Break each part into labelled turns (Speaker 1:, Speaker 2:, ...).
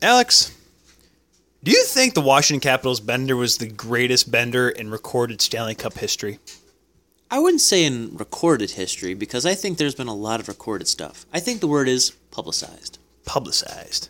Speaker 1: Alex, do you think the Washington Capitals bender was the greatest bender in recorded Stanley Cup history?
Speaker 2: I wouldn't say in recorded history because I think there's been a lot of recorded stuff. I think the word is publicized.
Speaker 1: Publicized.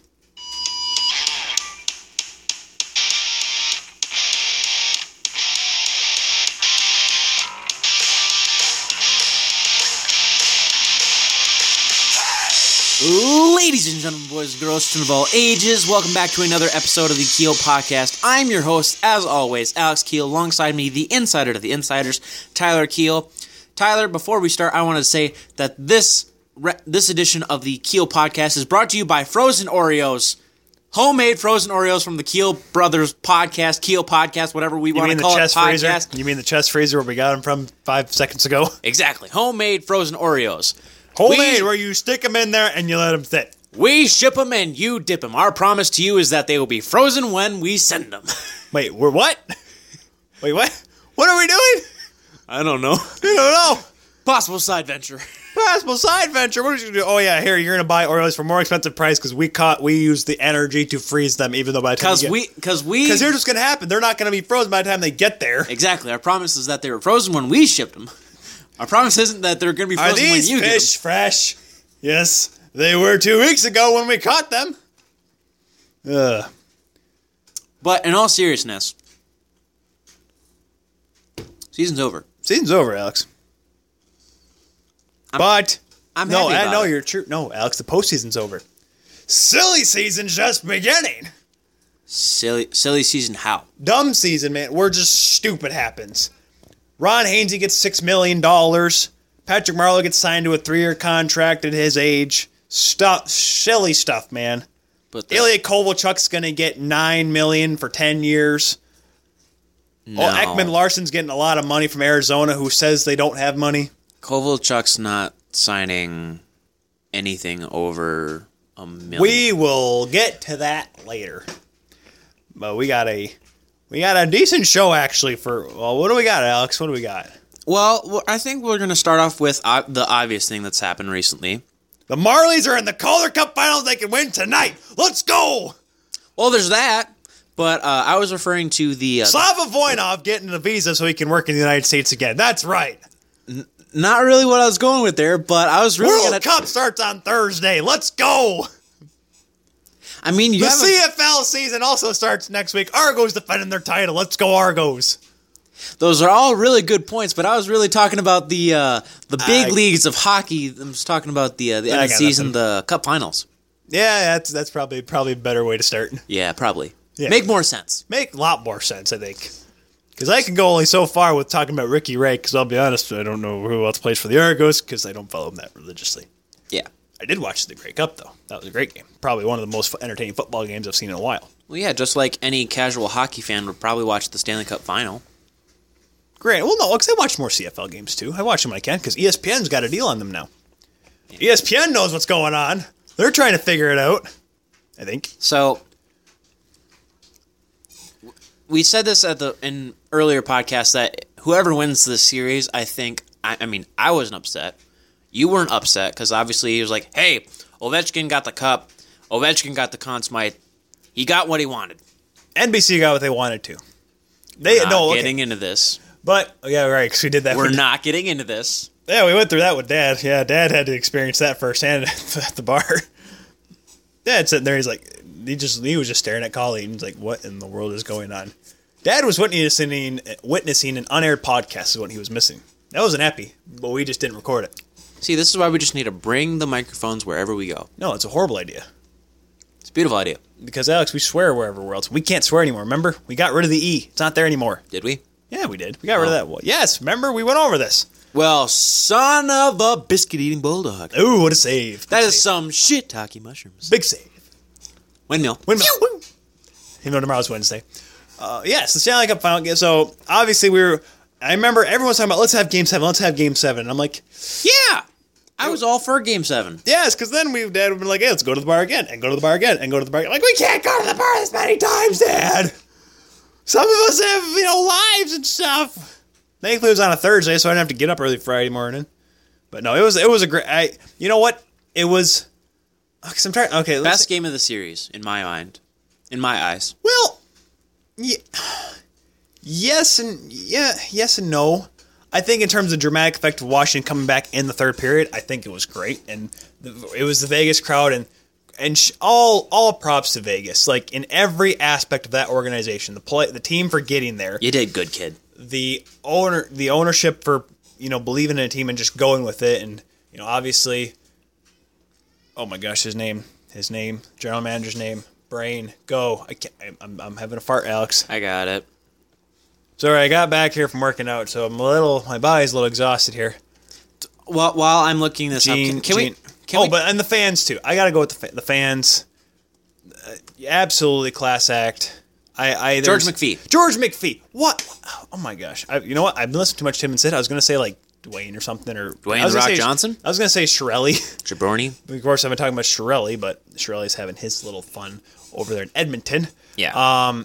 Speaker 2: Ladies and gentlemen, boys and girls, children of all ages, welcome back to another episode of the Keel Podcast. I'm your host, as always, Alex Keel. Alongside me, the insider to the insiders, Tyler Keel. Tyler, before we start, I wanted to say that this re- this edition of the Keel Podcast is brought to you by Frozen Oreos, homemade Frozen Oreos from the Keel Brothers Podcast, Keel Podcast, whatever we
Speaker 1: You
Speaker 2: want
Speaker 1: mean the
Speaker 2: to call it.
Speaker 1: chest freezer?
Speaker 2: Podcast.
Speaker 1: You mean the chest freezer where we got them from five seconds ago?
Speaker 2: Exactly, homemade Frozen Oreos.
Speaker 1: Homemade, where you stick them in there and you let them sit.
Speaker 2: We ship them and you dip them. Our promise to you is that they will be frozen when we send them.
Speaker 1: Wait, we're what? Wait, what? What are we doing?
Speaker 2: I don't know.
Speaker 1: I don't know.
Speaker 2: Possible side venture.
Speaker 1: Possible side venture. What are you gonna do? Oh yeah, here you're gonna buy Oreos for more expensive price because we caught we use the energy to freeze them, even though by the time
Speaker 2: Because we, because we,
Speaker 1: because here's what's gonna happen. They're not gonna be frozen by the time they get there.
Speaker 2: exactly. Our promise is that they were frozen when we shipped them. Our promise isn't that they're going to be
Speaker 1: Are
Speaker 2: frozen when
Speaker 1: these
Speaker 2: you get them.
Speaker 1: fish fresh? Yes, they were two weeks ago when we caught them. Ugh.
Speaker 2: But in all seriousness, season's over.
Speaker 1: Season's over, Alex. but
Speaker 2: I'm
Speaker 1: no,
Speaker 2: happy
Speaker 1: I
Speaker 2: about
Speaker 1: know
Speaker 2: it.
Speaker 1: you're true. No, Alex, the postseason's over. Silly season's just beginning.
Speaker 2: Silly, silly season. How?
Speaker 1: Dumb season, man. We're just stupid happens. Ron Hainsey gets six million dollars. Patrick Marlowe gets signed to a three-year contract at his age. Stuff, silly stuff, man.
Speaker 2: But the,
Speaker 1: Ilya Kovalchuk's gonna get nine million for ten years.
Speaker 2: no.
Speaker 1: Oh, Ekman Larson's getting a lot of money from Arizona, who says they don't have money.
Speaker 2: Kovalchuk's not signing anything over a million.
Speaker 1: We will get to that later. But we got a we got a decent show actually for well, what do we got, Alex? What do we got?
Speaker 2: Well, w- I think we're going to start off with uh, the obvious thing that's happened recently.
Speaker 1: The Marlies are in the Calder Cup finals they can win tonight. Let's go!
Speaker 2: Well, there's that, but uh, I was referring to the. Uh,
Speaker 1: Slava Voinov getting a visa so he can work in the United States again. That's right.
Speaker 2: not really what I was going with there, but I was really
Speaker 1: World
Speaker 2: going to.
Speaker 1: Cup starts on Thursday. Let's go!
Speaker 2: I mean, you
Speaker 1: The
Speaker 2: haven't-
Speaker 1: CFL season also starts next week. Argos defending their title. Let's go, Argos.
Speaker 2: those are all really good points, but I was really talking about the uh, the big
Speaker 1: I-
Speaker 2: leagues of hockey. I was talking about the uh, the end of the
Speaker 1: got
Speaker 2: season,
Speaker 1: nothing.
Speaker 2: the cup finals.
Speaker 1: Yeah, that's that's probably probably a better way to start.
Speaker 2: Yeah, probably
Speaker 1: Yeah.
Speaker 2: make more sense.
Speaker 1: Make a lot more sense, I think. Because I can go only so far with talking about Ricky Ray, because I'll be honest, I don't know who else plays for the Argos, because I don't follow him that religiously.
Speaker 2: Yeah.
Speaker 1: I did watch the Grey Cup, though. That was a great game. Probably one of the most entertaining football games I've seen in a while.
Speaker 2: Well, yeah, just like any casual hockey fan would probably watch the Stanley Cup final.
Speaker 1: Great. Well, no, because I watch more CFL games, too. I watch them when I can, E because ESPN's got a deal on them now. E ESPN knows what's going on. They're trying to figure it out, I think.
Speaker 2: So w- we said this at the in earlier podcast that whoever wins this series, I think. I, I mean, I wasn't upset. You weren't upset because obviously he was like, "Hey, Ovechkin got the cup. Ovechkin got the Conn Smythe. He got what he wanted."
Speaker 1: NBC got what they wanted to. They
Speaker 2: Not
Speaker 1: no, okay.
Speaker 2: getting into this.
Speaker 1: but oh, yeah, right. Because we did that.
Speaker 2: We're
Speaker 1: with-
Speaker 2: not getting into this.
Speaker 1: Yeah, we went through that with Dad. Yeah, Dad had to experience that firsthand at the bar. Dad's sitting there. He's like, he just he was just staring at Colleen. He's like, what in the world is going on? Dad was witnessing witnessing an unaired podcast is what he was missing. That wasn't happy, but we just didn't record it.
Speaker 2: See, this is why we just need to bring the microphones wherever we go.
Speaker 1: No, it's a horrible idea
Speaker 2: It's a beautiful idea.
Speaker 1: because Alex, we swear wherever we're else. We can't swear anymore. Remember, we got rid of the e. It's not there anymore.
Speaker 2: Did we?
Speaker 1: Yeah, we did. We got
Speaker 2: Oh.
Speaker 1: rid of that. one. Yes, remember we went over this.
Speaker 2: Well, son of a biscuit-eating bulldog.
Speaker 1: Ooh, what a save!
Speaker 2: That is some shit, Taki mushrooms.
Speaker 1: big save.
Speaker 2: Windmill.
Speaker 1: Windmill. Woo. You know, tomorrow's Wednesday. Uh, yes, the Stanley Cup final game. So obviously we were. I remember everyone was talking about let's have Game Seven, let's have Game Seven. And I'm like,
Speaker 2: Yeah, I was all for Game Seven.
Speaker 1: yes, because then we Dad would have been like, hey, let's go to the bar again, and go to the bar again, and go to the bar. Again. Like we can't go to the bar this many times, Dad. Some of us have you know lives and stuff. Thankfully, it was on a Thursday, so I didn't have to get up early Friday morning. But no, it was it was a great. I you know what it was. Because I'm trying. Okay, let's.
Speaker 2: Best game of the series, in my mind, in my eyes.
Speaker 1: Well, yeah, yes and yeah, yes and no. I think in terms of dramatic effect of Washington coming back in the third period, I think it was great, and the, it was the Vegas crowd and and sh- all all props to Vegas, like in every aspect of that organization, the play, the team for getting there,
Speaker 2: You did good, kid.
Speaker 1: the owner, the ownership for you know believing in a team and just going with it, and you know obviously, oh my gosh, his name, his name, general manager's name, brain, go. I can't, I'm- I'm I'm having a fart, Alex.
Speaker 2: I got it.
Speaker 1: Sorry, I got back here from working out, so I'm a little, my body's a little exhausted here.
Speaker 2: While while I'm looking this up,
Speaker 1: Gene,
Speaker 2: can, can
Speaker 1: Gene-
Speaker 2: we? Can
Speaker 1: oh,
Speaker 2: we,
Speaker 1: but and the fans too. I gotta go with the fa- the fans. Uh, absolutely class act. I, I
Speaker 2: George
Speaker 1: there's-
Speaker 2: McPhee.
Speaker 1: George McPhee. What? Oh my gosh. I, you know what? I've been listening too much to him and Sid. I was gonna say like Dwayne or something or
Speaker 2: Dwayne
Speaker 1: I was
Speaker 2: The
Speaker 1: gonna
Speaker 2: Rock
Speaker 1: say-
Speaker 2: Johnson?
Speaker 1: I was gonna say Shirelli.
Speaker 2: Jabroni.
Speaker 1: of course, I've been talking about Shirelli, but Shirelli's having his little fun over there in Edmonton
Speaker 2: Yeah.
Speaker 1: Uh,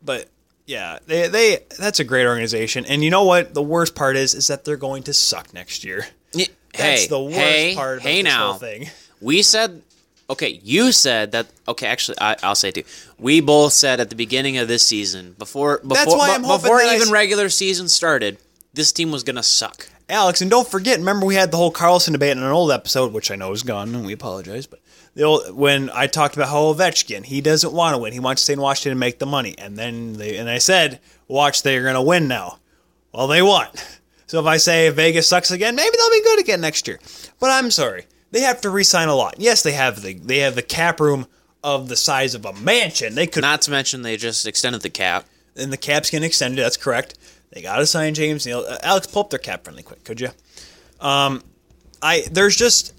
Speaker 1: but yeah, they they that's a great organization. And you know what? The worst part is is that they're going to suck next year.
Speaker 2: hey,
Speaker 1: That's the worst
Speaker 2: hey,
Speaker 1: part about
Speaker 2: hey
Speaker 1: this
Speaker 2: now.
Speaker 1: whole thing.
Speaker 2: We said, okay, you said that. Okay, actually, I, I'll say it too. We both said at the beginning of this season, before before
Speaker 1: why
Speaker 2: bu-
Speaker 1: I'm hoping
Speaker 2: before
Speaker 1: that I
Speaker 2: even
Speaker 1: s-
Speaker 2: regular season started, this team was gonna suck.
Speaker 1: Alex, and don't forget, remember we had the whole Carlson debate in an old episode, which I know is gone, and we apologize, but the old, when I talked about how Ovechkin, he doesn't want to win. He wants to stay in Washington and make the money. And then they and I said, watch, they're gonna win now. Well, they won. So if I say Vegas sucks again, maybe they'll be good again next year. But I'm sorry. They have to re-sign a lot. Yes, they have the they have the cap room of the size of a mansion. They could
Speaker 2: Not to mention they just extended the cap.
Speaker 1: and the cap's getting extended. That's correct. They got to sign James Neal. Uh, Alex, pull up their cap friendly quick, could you? Um, I there's just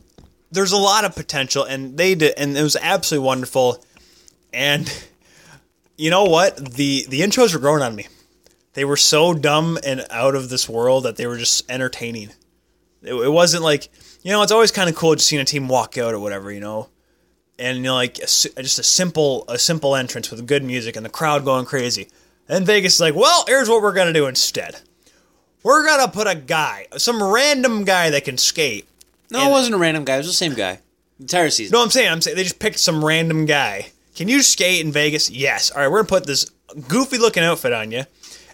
Speaker 1: there's a lot of potential, and they did, and it was absolutely wonderful. And you know what? The the intros were growing on me. They were so dumb and out of this world that they were just entertaining. It, it wasn't like you know. It's always kind of cool just seeing a team walk out or whatever, you know and you know, like a s just a simple a simple entrance with good music and the crowd going crazy. And Vegas is like, well, here's what we're gonna do instead. We're gonna put a guy, some random guy that can skate.
Speaker 2: No,
Speaker 1: And-
Speaker 2: it wasn't a random guy. It was the same guy. The entire season.
Speaker 1: No, I'm saying, I'm saying they just picked some random guy. Can you skate in Vegas? Yes. All right, we're gonna put this goofy looking outfit on you,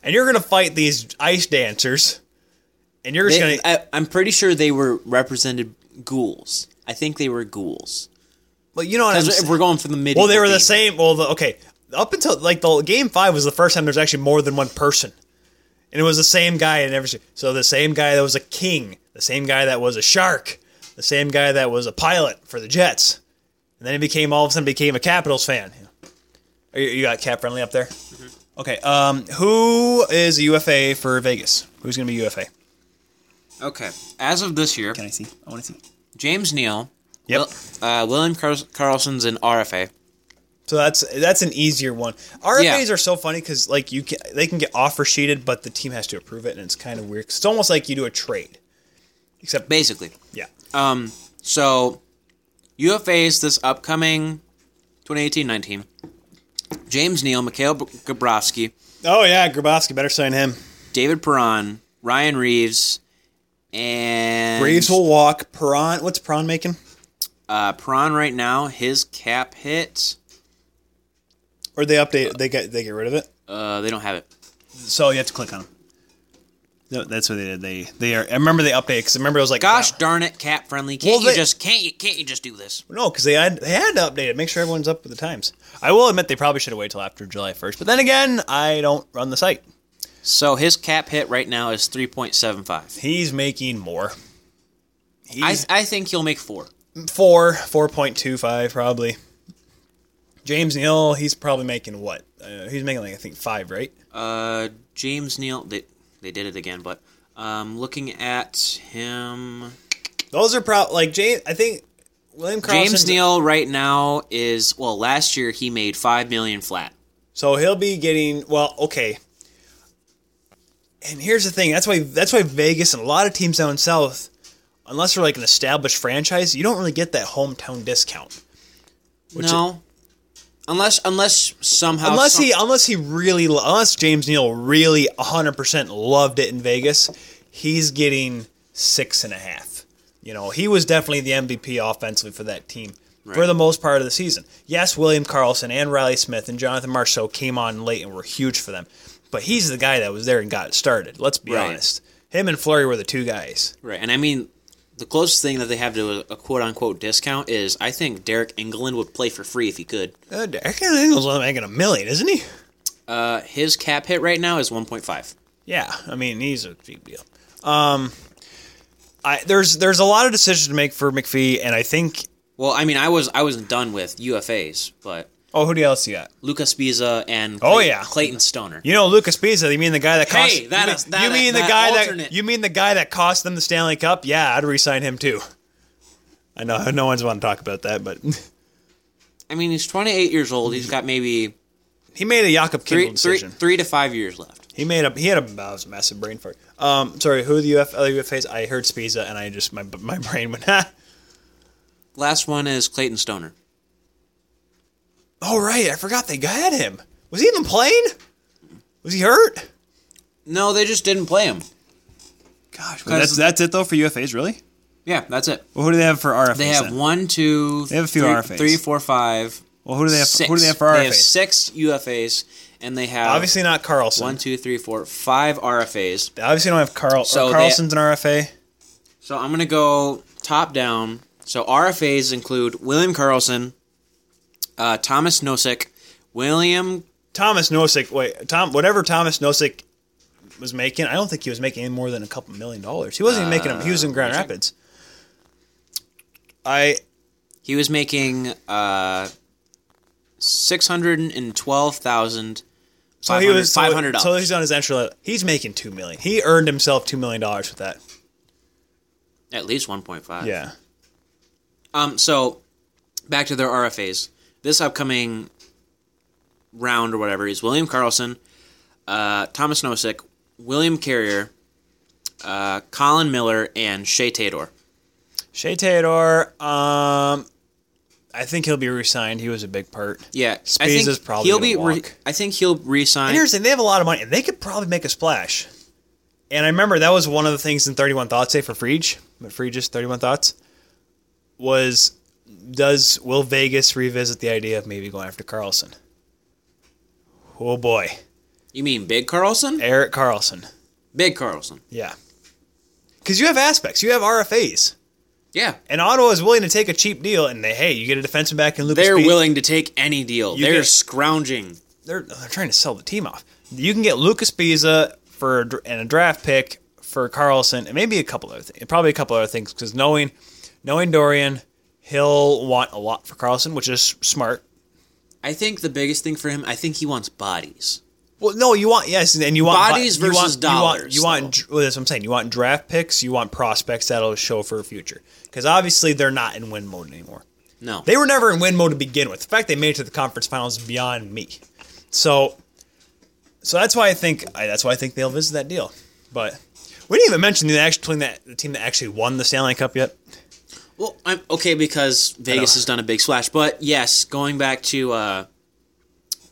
Speaker 1: and you're gonna fight these ice dancers, and you're just
Speaker 2: They-
Speaker 1: gonna.
Speaker 2: I, I'm pretty sure they were represented ghouls. I think they were ghouls.
Speaker 1: well, you know what I'm
Speaker 2: As if
Speaker 1: saying.
Speaker 2: we're going for the medieval.
Speaker 1: Well, they were the
Speaker 2: theme.
Speaker 1: same. Well, the, okay, up until like the game five was the first time there's actually more than one person, and it was the same guy in every. se- So the same guy that was a king, the same guy that was a shark, the same guy that was a pilot for the Jets, and then he became all of a sudden became a Capitals fan. Are You, you got cap friendly up there. Okay, um, who is a UFA for Vegas? Who's going to be UFA?
Speaker 2: Okay. As of this year,
Speaker 1: I see? I want to see.
Speaker 2: James Neal,
Speaker 1: Yep.
Speaker 2: Will- uh, William Car- Carlson's an RFA.
Speaker 1: So that's that's an easier one. RFAs
Speaker 2: Yeah.
Speaker 1: are so funny because like you can they can get offer sheeted, but the team has to approve it, and it's kind of weird. 'cause it's almost like you do a trade, except
Speaker 2: Basically.
Speaker 1: yeah,
Speaker 2: Um, so UFAs this upcoming 2018-19. James Neal, Mikhail B- Gabrowski,
Speaker 1: oh yeah, Grabowski better sign him.
Speaker 2: David Perron, Ryan Reeves, and
Speaker 1: Reeves will walk. Perron, what's Perron making?
Speaker 2: uh, Perron right now, his cap hit.
Speaker 1: Or they update? They get they get rid of it,
Speaker 2: Uh, they don't have it.
Speaker 1: so you have to click on him. No, that's what they did. They they are. I remember they updated because remember it was like
Speaker 2: Gosh
Speaker 1: wow.
Speaker 2: darn it, cap friendly. Can't
Speaker 1: Well,
Speaker 2: you
Speaker 1: they-
Speaker 2: just can't you can't you just do this?
Speaker 1: No, because they had they had to update it. Make sure everyone's up with the times. I will admit they probably should have waited till after July first, but then again, I don't run the site.
Speaker 2: So his cap hit right now is 3.75.
Speaker 1: He's making more. He's,
Speaker 2: I I think he'll make four.
Speaker 1: four, four point two five, probably. James Neal, he's probably making what? Uh, he's making like I think five, right?
Speaker 2: Uh, James Neal, they they did it again, but um, looking at him,
Speaker 1: Those are probably like James. I think William Carlson.
Speaker 2: James Neal right now is well. Last year he made five million flat.
Speaker 1: So he'll be getting well. Okay. And here's the thing. That's why. That's why Vegas and a lot of teams down south, unless they're like an established franchise, you don't really get that hometown discount.
Speaker 2: no, unless unless somehow
Speaker 1: unless
Speaker 2: some-
Speaker 1: he unless he really lo- unless James Neal really hundred percent loved it in Vegas, he's getting six and a half. You know, he was definitely the MVP offensively for that team. for the most part of the season. Yes, William Carlson and Riley Smith and Jonathan Marceau came on late and were huge for them, but he's the guy that was there and got it started. Let's be
Speaker 2: Right.
Speaker 1: honest. Him and Flurry were the two guys.
Speaker 2: Right, and I mean, the closest thing that they have to a, a quote unquote discount is I think Derek England would play for free if he could.
Speaker 1: Uh, Derek Engel's only making a million, isn't he?
Speaker 2: Uh, his cap hit right now is 1.5.
Speaker 1: Yeah, I mean he's a big deal. Um, I there's there's a lot of decisions to make for McPhee, and I think
Speaker 2: Well, I mean, I was I wasn't done with UFAs, but
Speaker 1: oh who do else you got?
Speaker 2: Lucas Biza and
Speaker 1: Oh,
Speaker 2: Clay-
Speaker 1: yeah.
Speaker 2: Clayton Stoner.
Speaker 1: You know Lucas Pisa. You mean the guy that cost?
Speaker 2: Hey, that
Speaker 1: you mean,
Speaker 2: is- that-
Speaker 1: you mean
Speaker 2: that
Speaker 1: the guy
Speaker 2: alternate.
Speaker 1: that you mean the guy that cost them the Stanley Cup? Yeah, I'd resign him too. I know no one's want to talk about that, but
Speaker 2: I mean, he's 28 years old. He's got maybe
Speaker 1: he made a Jakob Kindle
Speaker 2: three, three,
Speaker 1: decision.
Speaker 2: three to five years left.
Speaker 1: He made a he had a, that was a massive brain fart. Um, sorry, who are the UF, other UFAs? I heard Spiza, and I just my my brain went. Ah.
Speaker 2: Last one is Clayton Stoner.
Speaker 1: Oh right, I forgot they got him. Was he even playing? Was he hurt?
Speaker 2: No, they just didn't play him.
Speaker 1: Gosh,
Speaker 2: that's-
Speaker 1: that's it though for UFAs, really.
Speaker 2: Yeah, that's it.
Speaker 1: Well, who do they have for RFAs?
Speaker 2: They have one, two,
Speaker 1: They have a few
Speaker 2: three-
Speaker 1: RFAs.
Speaker 2: three, four, five,
Speaker 1: Well, who do
Speaker 2: six. They have six UFAs, and they have
Speaker 1: Obviously not Carlson.
Speaker 2: one, two, three, four, five RFAs.
Speaker 1: They obviously don't have Carl.
Speaker 2: So
Speaker 1: or
Speaker 2: they-
Speaker 1: Carlson's an RFA.
Speaker 2: So I'm gonna go top down. So RFAs include William Carlson, uh, Thomas Nosek, William.
Speaker 1: Thomas Nosek. Wait, Tom. Whatever Thomas Nosek was making, I don't think he was making any more than a couple million dollars. He wasn't even making. He was in Grand
Speaker 2: let me check.
Speaker 1: Rapids. I
Speaker 2: He was making uh, six hundred and twelve thousand.
Speaker 1: so he was so-
Speaker 2: five hundred
Speaker 1: So
Speaker 2: dollars.
Speaker 1: he's on his entry level. He's making two million. He earned himself two million dollars with that.
Speaker 2: At least one point five.
Speaker 1: Yeah.
Speaker 2: Um, so back to their RFAs. This upcoming round or whatever is William Carlson, uh, Thomas Nosek, William Carrier, uh, Colin Miller, and Shea Taylor.
Speaker 1: Shea Theodore. Um, I think he'll be re-signed. He was a big part.
Speaker 2: Yeah, I
Speaker 1: Spees
Speaker 2: think
Speaker 1: is probably
Speaker 2: he'll
Speaker 1: gonna
Speaker 2: be. Re-
Speaker 1: walk.
Speaker 2: I think he'll
Speaker 1: And
Speaker 2: resign.
Speaker 1: here's the thing, they have a lot of money, and they could probably make a splash. And I remember that was one of the things in 31 Thoughts say for Frege, but Frege's 31 Thoughts, was does will Vegas revisit the idea of maybe going after Carlson? Oh boy.
Speaker 2: You mean Big Carlson?
Speaker 1: Eric Carlson.
Speaker 2: Big Carlson.
Speaker 1: Yeah. Because you have aspects, you have RFAs.
Speaker 2: Yeah,
Speaker 1: And Ottawa is willing to take a cheap deal, and they, hey, you get a defenseman back in Lucas
Speaker 2: they're
Speaker 1: Pe-
Speaker 2: willing to take any deal.
Speaker 1: You
Speaker 2: They're
Speaker 1: get-
Speaker 2: scrounging.
Speaker 1: they're they're trying to sell the team off. You can get Lucas Pisa for a dr- and a draft pick for Carlson and maybe a couple other things, probably a couple other things because knowing knowing Dorian, he'll want a lot for Carlson, which is smart.
Speaker 2: I think the biggest thing for him. I think he wants bodies.
Speaker 1: Well, no, you want yes, and you want
Speaker 2: Bodies
Speaker 1: you want-
Speaker 2: versus dollars,
Speaker 1: You want, you want dr- well, that's what I'm saying. You want draft picks. You want prospects that'll show for a future because obviously they're not in win mode anymore.
Speaker 2: No,
Speaker 1: They were never in win mode to begin with. The fact they made it to the conference finals is beyond me. So, so that's why I think I, that's why I think they'll visit that deal. But we didn't even mention the actual team that the team that actually won the Stanley Cup yet.
Speaker 2: Well, I'm okay because Vegas has done a big splash, but yes, going back to uh,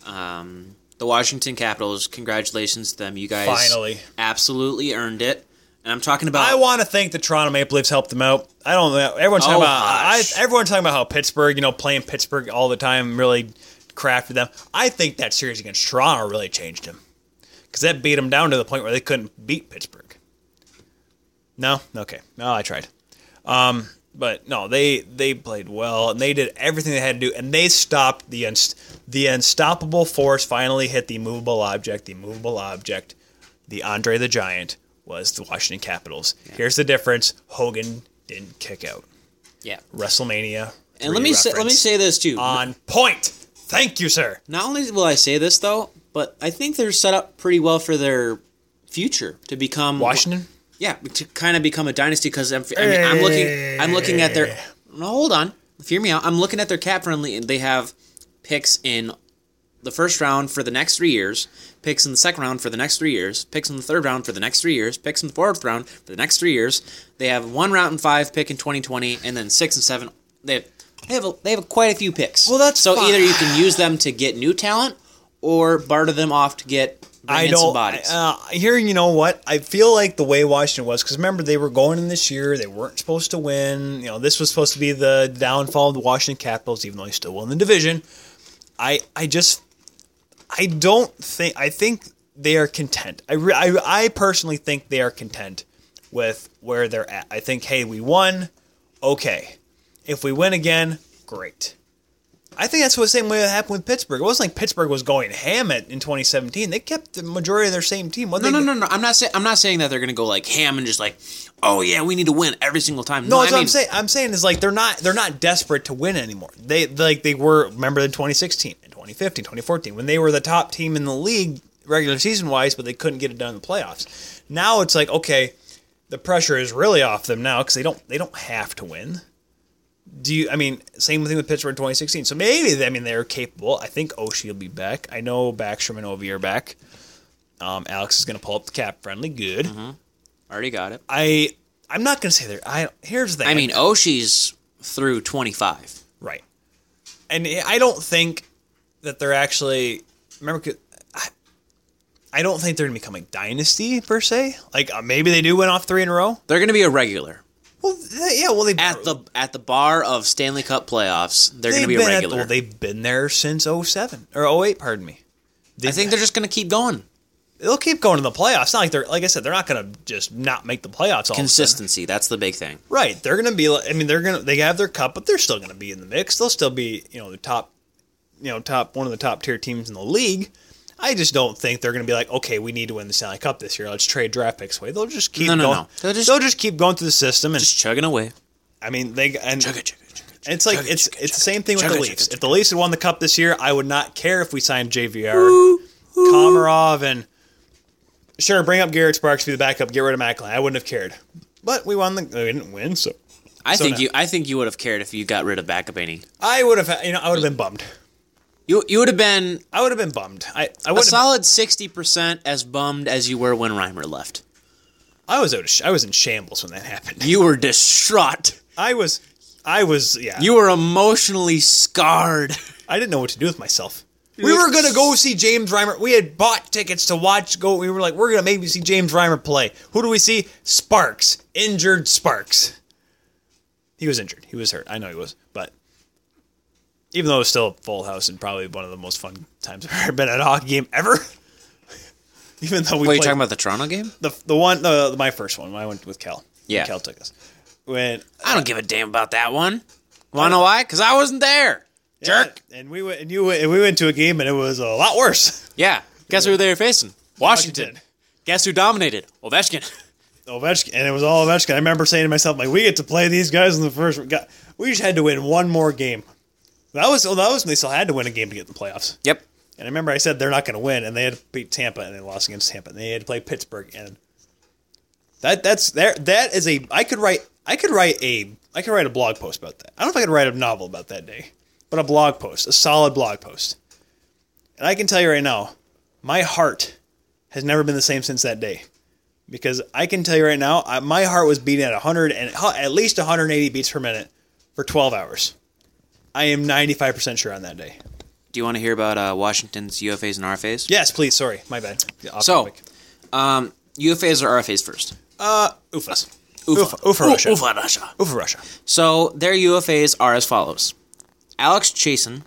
Speaker 2: um, the Washington Capitals, congratulations to them. You guys
Speaker 1: Finally.
Speaker 2: absolutely earned it. And I'm talking about
Speaker 1: I want to think the Toronto Maple Leafs helped them out. I don't know. Everyone's talking
Speaker 2: Oh,
Speaker 1: about I,
Speaker 2: hush.
Speaker 1: everyone's talking about how Pittsburgh, you know, playing Pittsburgh all the time really crafted them. I think that series against Toronto really changed them because that beat them down to the point where they couldn't beat Pittsburgh. No, okay, no, I tried, um, but no, they they played well and they did everything they had to do and they stopped the unst- the unstoppable force. Finally, hit the movable object. The movable object the Andre the Giant was the Washington Capitals. Here's the difference: Hogan didn't kick out.
Speaker 2: yeah.
Speaker 1: WrestleMania.
Speaker 2: And let me say, let me say this too.
Speaker 1: on point. Thank you, sir.
Speaker 2: Not only will I say this though, but I think they're set up pretty well for their future to become
Speaker 1: Washington.
Speaker 2: Yeah, to kind of become a dynasty because I'm, I mean, I'm looking, I'm looking at their. No, hold on, hear me out. I'm looking at their cap friendly, and they have picks in the first round for the next three years, picks in the second round for the next three years, picks in the third round for the next three years, picks in the fourth round for the next three years. They have one round and five pick in 2020, and then six and seven. They have, they have, a, they have quite a few picks. Well,
Speaker 1: that's
Speaker 2: so
Speaker 1: fine.
Speaker 2: either you can use them to get new talent, or barter them off to get Bring
Speaker 1: I
Speaker 2: in
Speaker 1: don't.
Speaker 2: some bodies.
Speaker 1: Uh, here, you know what? I feel like the way Washington was, because remember they were going in this year. They weren't supposed to win. You know, this was supposed to be the downfall of the Washington Capitals, even though they still won the division. I, I just, I don't think. I think they are content. I, re, I, I personally think they are content with where they're at. I think, hey, we won. Okay, if we win again, great. I think that's what the same way that happened with Pittsburgh. It wasn't like Pittsburgh was going ham at in 2017. They kept the majority of their same team. What
Speaker 2: no,
Speaker 1: they,
Speaker 2: no, no, no. I'm not saying I'm not saying that they're gonna go like ham and just like, oh yeah, we need to win every single time.
Speaker 1: No,
Speaker 2: I
Speaker 1: that's what
Speaker 2: mean-
Speaker 1: I'm saying. I'm saying is like they're not they're not desperate to win anymore. They like they were remember in 2016 and 2015, 2014 when they were the top team in the league regular season wise, but they couldn't get it done in the playoffs. Now it's like okay, the pressure is really off them now because they don't they don't have to win. Do you? I mean, same thing with Pittsburgh in 2016. So maybe they- I mean they're capable. I think Oshie will be back. I know Backstrom and Ovi are back. Um, Alex is going to pull up the cap friendly. Good.
Speaker 2: Mm-hmm. Already got it.
Speaker 1: I I'm not going to say they're. I here's the thing.
Speaker 2: I mean, Oshie's through 25.
Speaker 1: Right. And I don't think that they're actually. Remember, I- I don't think they're going to become a dynasty per se. Like uh, maybe they do win off three in a row.
Speaker 2: They're gonna be a regular
Speaker 1: Well, th- yeah. Well, they
Speaker 2: at the at the bar of Stanley Cup playoffs. They're
Speaker 1: they've
Speaker 2: gonna be a
Speaker 1: been at-
Speaker 2: regular.
Speaker 1: well, they've been there since 07 or 08. Pardon me.
Speaker 2: I think they're just gonna keep going.
Speaker 1: They'll keep going to the playoffs. Not like they're like I said, they're not going to just not make the playoffs. All of a sudden.
Speaker 2: Consistency. That's the big thing.
Speaker 1: Right. They're going to be. I mean, they're going to. They have their cup, but they're still going to be in the mix. They'll still be, you know, the top, you know, top one of the top tier teams in the league. I just don't think they're going to be like, okay, we need to win the Stanley Cup this year. Let's trade draft picks away. They'll just keep
Speaker 2: No, no,
Speaker 1: going.
Speaker 2: no.
Speaker 1: They'll
Speaker 2: They'll
Speaker 1: just,
Speaker 2: just-
Speaker 1: keep going through the system, and
Speaker 2: Just chugging away.
Speaker 1: I mean, they and
Speaker 2: Chugga, chugga, chugga, chugga.
Speaker 1: it's like it's it's the same thing with the
Speaker 2: chugga,
Speaker 1: Leafs.
Speaker 2: chugga,
Speaker 1: If the Leafs had won the cup this year, I would not care if we signed JVR, Komarov, and sure, bring up Garrett Sparks to be the backup, get rid of Macklin. I wouldn't have cared, but we won the we didn't win, so
Speaker 2: I
Speaker 1: So
Speaker 2: think
Speaker 1: now-
Speaker 2: you. I think you would have cared if you got rid of backup any.
Speaker 1: I would have, you know, I would have been bummed.
Speaker 2: You you would have been
Speaker 1: I would have been bummed. I, I
Speaker 2: a
Speaker 1: would. Have,
Speaker 2: solid sixty percent as bummed as you were when Reimer left.
Speaker 1: I was out. Of, sh- I was in shambles when that happened.
Speaker 2: You were distraught.
Speaker 1: I was. I was. Yeah.
Speaker 2: You were emotionally scarred.
Speaker 1: I didn't know what to do with myself. We were gonna go see James Reimer. We had bought tickets to watch. Go. We were like, we're gonna maybe see James Reimer play. Who do we see? Sparks. Injured Sparks. He was injured. He was hurt. I know he was, but even though it was still a full house and probably one of the most fun times I've ever been at a hockey game ever. even though we
Speaker 2: What are you
Speaker 1: played
Speaker 2: talking about the Toronto game?
Speaker 1: the the one the my first one when I went with Cal.
Speaker 2: Yeah.
Speaker 1: Cal took us. When
Speaker 2: I don't give a damn about that one. Wanna know why? Because I wasn't there. Jerk.
Speaker 1: and we went and you went, and we went to a game and it was a lot worse.
Speaker 2: Yeah. Guess who they were facing? Washington.
Speaker 1: Washington.
Speaker 2: Guess who dominated? Ovechkin.
Speaker 1: Ovechkin and it was all Ovechkin. I remember saying to myself, like, we get to play these guys in the first. God, we just had to win one more game. That was well, that was when they still had to win a game to get in the playoffs.
Speaker 2: Yep.
Speaker 1: And I remember I said they're not going to win, and they had to beat Tampa, and they lost against Tampa, and they had to play Pittsburgh, and that that's there. That is a I could write I could write a I could write a blog post about that. I don't know if I could write a novel about that day, but a blog post, a solid blog post. And I can tell you right now, my heart has never been the same since that day, because I can tell you right now, I, my heart was beating at 100 and at least 180 beats per minute for 12 hours. I am 95% sure on that day.
Speaker 2: Do you want to hear about uh, Washington's UFAs and RFAs?
Speaker 1: Yes, please. Sorry, my bad. Yeah, off
Speaker 2: So,
Speaker 1: topic.
Speaker 2: um, UFAs or RFAs first?
Speaker 1: UFAs, UFA, UFA Russia, UFA.
Speaker 2: Russia.
Speaker 1: Russia.
Speaker 2: So their UFAs are as follows: Alex Chasen,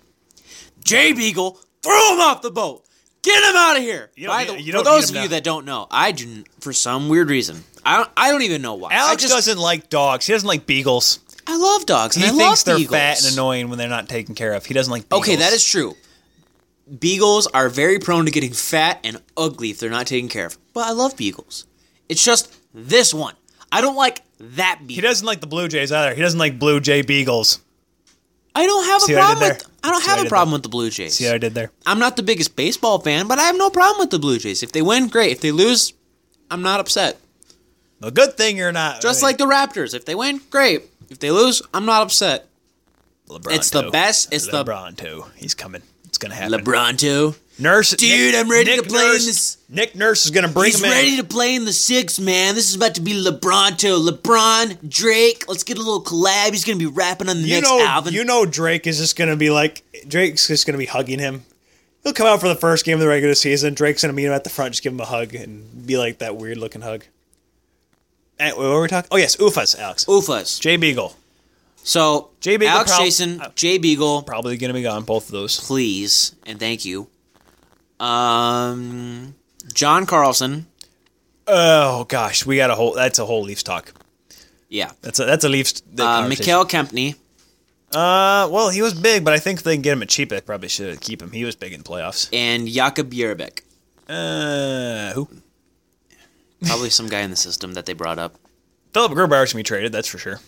Speaker 2: Jay Beagle, throw him off the boat, get him out of here.
Speaker 1: don't
Speaker 2: By
Speaker 1: need-
Speaker 2: the-
Speaker 1: you
Speaker 2: for
Speaker 1: don't need
Speaker 2: those of
Speaker 1: him
Speaker 2: you
Speaker 1: now.
Speaker 2: that don't know, I do n- for some weird reason. I don't, I don't even know why.
Speaker 1: Alex
Speaker 2: I just,
Speaker 1: doesn't like dogs. He doesn't like beagles.
Speaker 2: I love dogs. And
Speaker 1: He
Speaker 2: I
Speaker 1: thinks
Speaker 2: love
Speaker 1: they're
Speaker 2: beagles.
Speaker 1: fat and annoying when they're not taken care of. He doesn't like. beagles.
Speaker 2: Okay, that is true. Beagles are very prone to getting fat and ugly if they're not taken care of. But I love beagles. It's just this one. I don't like that beagle.
Speaker 1: He doesn't like the Blue Jays either. He doesn't like Blue Jay beagles.
Speaker 2: I don't have a
Speaker 1: See what I did
Speaker 2: problem. with,
Speaker 1: there?
Speaker 2: I don't
Speaker 1: See what I
Speaker 2: have a
Speaker 1: did
Speaker 2: problem with the Blue Jays.
Speaker 1: See what I did there?
Speaker 2: I'm not the biggest baseball fan, but I have no problem with the Blue Jays. If they win, great. If they lose, I'm not upset.
Speaker 1: Well, good thing you're not.
Speaker 2: Just like the Raptors. If they win, great. If they lose, I'm not upset.
Speaker 1: LeBron.
Speaker 2: it's the
Speaker 1: too.
Speaker 2: best- it's the-
Speaker 1: LeBron too. He's coming. It's gonna happen.
Speaker 2: LeBron too.
Speaker 1: Nurse, Nick-
Speaker 2: Dude, I'm ready
Speaker 1: Nick
Speaker 2: to play in
Speaker 1: Nurse-
Speaker 2: this-
Speaker 1: Nick Nurse is gonna bring
Speaker 2: He's
Speaker 1: him
Speaker 2: ready
Speaker 1: in.
Speaker 2: to play in the six, man. This is about to be LeBron too. LeBron, Drake. Let's get a little collab. He's gonna be rapping on the
Speaker 1: You
Speaker 2: next
Speaker 1: know,
Speaker 2: album.
Speaker 1: you know, Drake is just gonna be like Drake's just gonna be hugging him. he'll come out for the first game of the regular season. Drake's gonna meet him at the front, just give him a hug and be like that weird looking hug. And what were we talking? Oh yes, Ufas, Alex.
Speaker 2: Ufas.
Speaker 1: Jay Beagle
Speaker 2: So
Speaker 1: Jay Beagle
Speaker 2: Alex
Speaker 1: prob-
Speaker 2: Jason,
Speaker 1: uh,
Speaker 2: Jay Beagle,
Speaker 1: probably gonna be gone. Both of those.
Speaker 2: please and thank you. Um, John Carlson.
Speaker 1: Oh gosh, we got a whole. That's a whole Leafs talk.
Speaker 2: Yeah.
Speaker 1: That's a that's a Leafs.
Speaker 2: Uh,
Speaker 1: conversation.
Speaker 2: Mikhail Kempney.
Speaker 1: Uh, well, he was big, but I think if they can get him at cheap, they probably should keep him. He was big in playoffs.
Speaker 2: and Jakub Yerbeck.
Speaker 1: Uh, who?
Speaker 2: Probably some guy in the system that they brought up.
Speaker 1: Philip Grubauer's gonna be traded. That's for sure.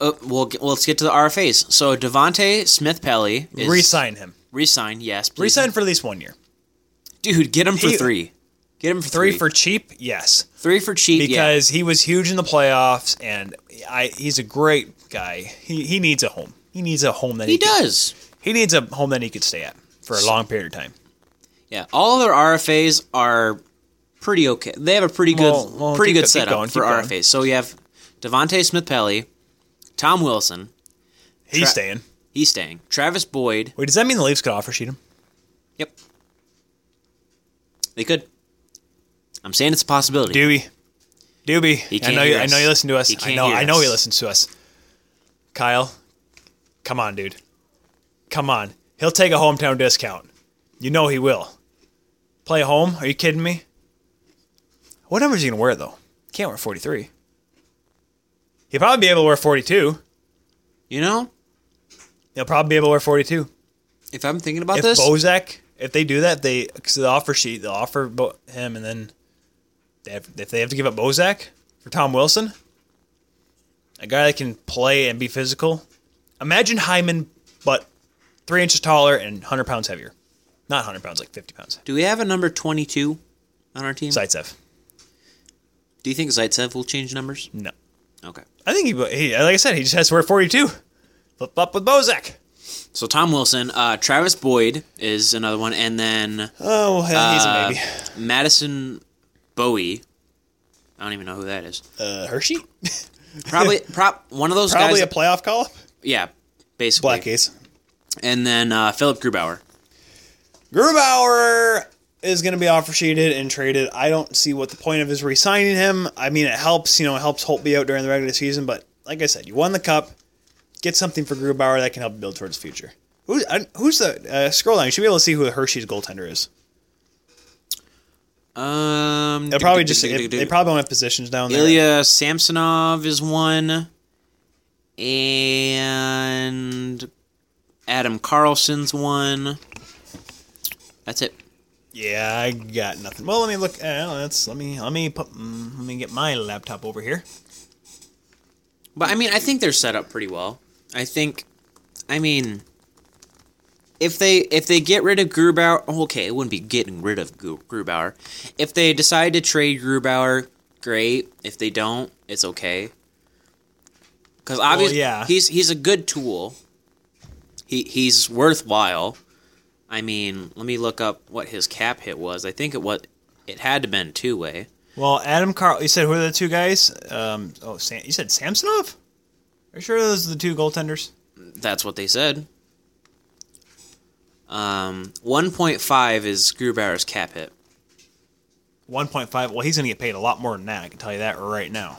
Speaker 2: Uh, we'll, get- well, let's get to the RFAs. So Devonte Smith Pelly is
Speaker 1: Resign him.
Speaker 2: Resign, yes. Please.
Speaker 1: Resign for at least one year.
Speaker 2: dude. Get him for
Speaker 1: He-
Speaker 2: three. Get him for
Speaker 1: Three
Speaker 2: three,
Speaker 1: for cheap, yes,
Speaker 2: three for cheap. yeah.
Speaker 1: because he was huge in the playoffs, and I he's a great guy. He he needs a home. He needs a home that he,
Speaker 2: he
Speaker 1: could-
Speaker 2: does.
Speaker 1: he needs a home that he could stay at for a long period of time.
Speaker 2: Yeah, all their RFAs are pretty okay. They have a pretty good,
Speaker 1: Well, well,
Speaker 2: pretty
Speaker 1: keep
Speaker 2: good
Speaker 1: go- keep
Speaker 2: setup
Speaker 1: going,
Speaker 2: for
Speaker 1: keep going.
Speaker 2: RFAs. So you have Devonte Smith Pelly, Tom Wilson.
Speaker 1: He's
Speaker 2: Tra-
Speaker 1: staying.
Speaker 2: He's staying. Travis Boyd.
Speaker 1: Wait, does that mean the Leafs could offer sheet him?
Speaker 2: Yep. They could. I'm saying it's a possibility.
Speaker 1: Doobie, Doobie,
Speaker 2: can't
Speaker 1: I know you.
Speaker 2: hear
Speaker 1: I know
Speaker 2: us.
Speaker 1: you listen to us.
Speaker 2: He
Speaker 1: I
Speaker 2: can't
Speaker 1: know.
Speaker 2: hear
Speaker 1: I know he
Speaker 2: us.
Speaker 1: listens to us. Kyle, come on, dude. Come on. He'll take a hometown discount. You know he will. Play home? Are you kidding me? What number is he gonna wear though? Can't wear forty three. He'll probably be able to wear forty two.
Speaker 2: You know,
Speaker 1: He'll probably be able to wear forty two.
Speaker 2: if I'm thinking about
Speaker 1: If
Speaker 2: this,
Speaker 1: Bozak, if they do that, they because the offer sheet, they'll offer Bo- him, and then they have, if they have to give up Bozak for Tom Wilson, a guy that can play and be physical. Imagine Hyman, but three inches taller and hundred pounds heavier. Not hundred pounds, like fifty pounds.
Speaker 2: do we have a number 22 on our team?
Speaker 1: Zaitsev,
Speaker 2: Do you think Zaitsev will change numbers?
Speaker 1: no.
Speaker 2: Okay.
Speaker 1: I think he, he, like I said, he just has to wear forty-two. Flip flop with Bozak.
Speaker 2: So Tom Wilson, uh, Travis Boyd is another one, and then
Speaker 1: Oh, well, yeah, he's
Speaker 2: uh,
Speaker 1: a maybe.
Speaker 2: Madison Bowie. I don't even know who that is.
Speaker 1: Uh, Hershey,
Speaker 2: Probably prop one of those
Speaker 1: probably
Speaker 2: guys.
Speaker 1: a playoff call.
Speaker 2: yeah, basically.
Speaker 1: Black Ace.
Speaker 2: And then uh, Philip Grubauer.
Speaker 1: Grubauer is going to be offer sheeted and traded. I don't see what the point of his re-signing him. I mean, it helps, you know, it helps Holt be out during the regular season. But like I said, you won the cup. Get something for Grubauer that can help build towards the future. Who, I- who's the uh, scroll down? You should be able to see who Hershey's goaltender is.
Speaker 2: Um,
Speaker 1: They probably just it, they probably don't have positions down there.
Speaker 2: Ilya Samsonov is one, and Adam Carlson's one. That's it.
Speaker 1: Yeah, I got nothing. Well, let me look. Uh, let's let me let me put mm, let me get my laptop over here.
Speaker 2: But I mean, I think they're set up pretty well. I think, I mean, if they if they get rid of Grubauer, okay, it wouldn't be getting rid of Gru- Grubauer. If they decide to trade Grubauer, great. If they don't, it's okay. Because obviously,
Speaker 1: yeah.
Speaker 2: he's he's a good tool. He he's worthwhile. I mean, let me look up what his cap hit was. I think it was it had to been two way.
Speaker 1: Well, Adam Carl, you said who are the two guys? Um, oh, Sam, you said Samsonov. Are you sure those are the two goaltenders?
Speaker 2: That's what they said. Um, 1.5 is Grubauer's cap hit.
Speaker 1: 1.5. Well, he's going to get paid a lot more than that. I can tell you that right now.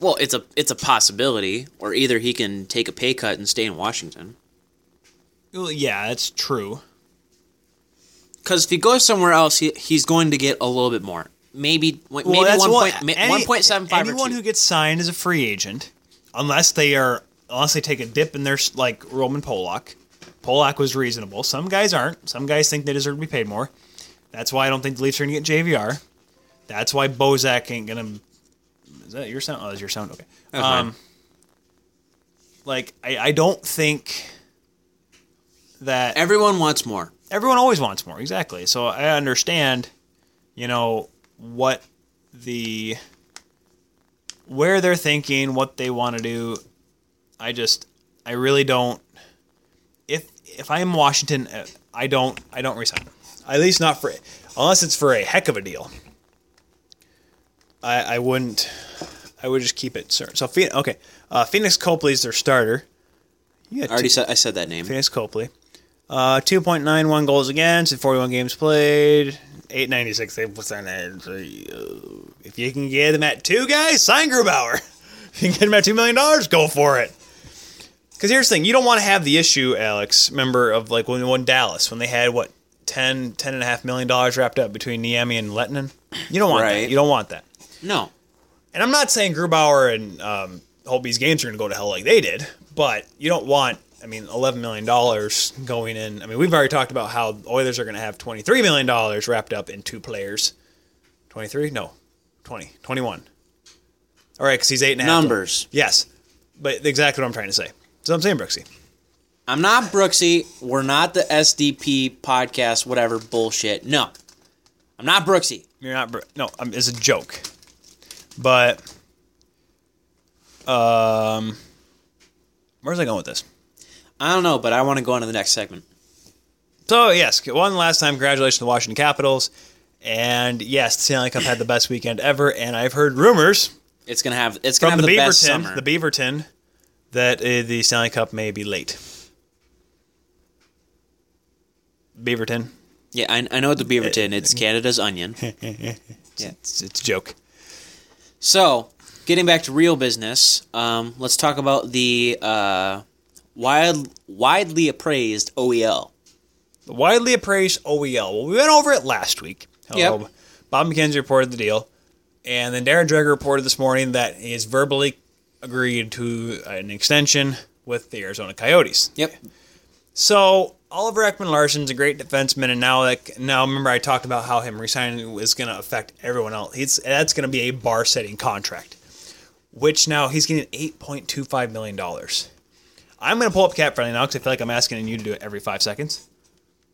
Speaker 2: Well, it's a it's a possibility, or either he can take a pay cut and stay in Washington.
Speaker 1: Well, yeah, that's true.
Speaker 2: Because if he goes somewhere else, he, he's going to get a little bit more. Maybe wait,
Speaker 1: Well,
Speaker 2: maybe
Speaker 1: that's
Speaker 2: one
Speaker 1: what-
Speaker 2: point ma-
Speaker 1: any-
Speaker 2: 1.75 or
Speaker 1: Anyone
Speaker 2: two.
Speaker 1: who gets signed as a free agent, unless they are, unless they take a dip in their s- like Roman Polak. Polak was reasonable. Some guys aren't. Some guys think they deserve to be paid more. That's why I don't think the Leafs are going to get JVR. That's why Bozak ain't going to. Is that your sound? Oh, that's your sound. Okay.
Speaker 2: That's fine.
Speaker 1: um, like I, I don't think that
Speaker 2: Everyone wants more.
Speaker 1: everyone always wants more exactly so i understand you know what the where they're thinking what they want to do i just i really don't if if i'm washington uh, i don't i don't resign at least not for unless it's for a heck of a deal i i wouldn't i would just keep it certain. so Phoenix, okay uh, phoenix copley's their starter you got
Speaker 2: I already
Speaker 1: two-
Speaker 2: said I said that name.
Speaker 1: Phineas Copley. Uh, 2.91 goals against and 41 games played. 896. They what's that? uh, If you can get him at two guys, sign Grubauer. If you can get him at $2 million, go for it. Because here's the thing you don't want to have the issue, Alex, remember, of like when, when Dallas, when they had what, 10, 10 and a half million dollars wrapped up between Niemi and Lettinen? You don't want
Speaker 2: Right.
Speaker 1: that. You don't want that.
Speaker 2: No.
Speaker 1: And I'm not saying Grubauer and um, Holby's games are going to go to hell like they did, but you don't want, I mean, $11 million going in. I mean, we've already talked about how Oilers are going to have $23 million wrapped up in two players. 23? No, 20, 21. All right, because he's eight and a half.
Speaker 2: Numbers.
Speaker 1: Yes, but exactly what I'm trying to say. So I'm saying, Brooksy.
Speaker 2: I'm not Brooksy. We're not the SDP podcast, whatever bullshit. No. I'm not Brooksy.
Speaker 1: You're not. br- No, um, it's a joke. But, um, where's I going with this?
Speaker 2: I don't know, but I want to go on to the next segment.
Speaker 1: So yes, one last time, congratulations to the Washington Capitals. And yes, the Stanley Cup had the best weekend ever. And I've heard rumors
Speaker 2: It's gonna have it's gonna
Speaker 1: from
Speaker 2: have
Speaker 1: the,
Speaker 2: the, best summer.
Speaker 1: Beaverton, the Beaverton, that uh, the Stanley Cup may be late. Beaverton,
Speaker 2: yeah, I, I know the Beaverton. It's Canada's onion. yeah.
Speaker 1: it's, it's a joke.
Speaker 2: So, getting back to real business, um, let's talk about the uh, wild, widely appraised E OEL.
Speaker 1: The widely appraised OEL. Well, we went over it last week. How
Speaker 2: Yep.
Speaker 1: Bob McKenzie reported the deal, and then Darren Dreger reported this morning that he has verbally agreed to an extension with the Arizona Coyotes.
Speaker 2: Yep.
Speaker 1: So Oliver Ekman Larsen's a great defenseman, and now like now remember I talked about how him resigning is going to affect everyone else. He's that's going to be a bar setting contract, which now he's getting eight point two five million dollars. I'm going to pull up cap friendly now because I feel like I'm asking you to do it every five seconds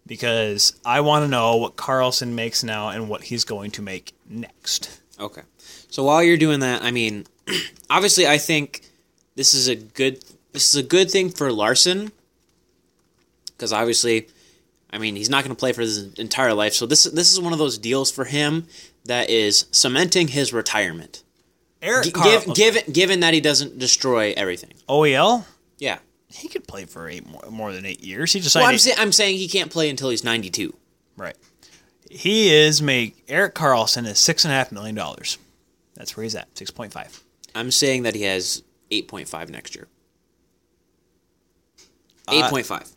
Speaker 1: because I want to know what Carlson makes now and what he's going to make next.
Speaker 2: Okay. So while you're doing that, I mean, obviously, I think this is a good this is a good thing for Larson because obviously, I mean, he's not going to play for his entire life. So this this is one of those deals for him that is cementing his retirement.
Speaker 1: Eric
Speaker 2: Give,
Speaker 1: Carlson,
Speaker 2: given given that he doesn't destroy everything.
Speaker 1: OEL,
Speaker 2: Yeah.
Speaker 1: E he could play for eight more, more than eight years. He just
Speaker 2: Well,
Speaker 1: signed
Speaker 2: I'm,
Speaker 1: eight-
Speaker 2: say, I'm saying he can't play until he's 92.
Speaker 1: Right. He is make Eric Carlson is six and a half million dollars. That's where he's at. Six point five.
Speaker 2: I'm saying that he has 8.5 next year. Uh, 8.5.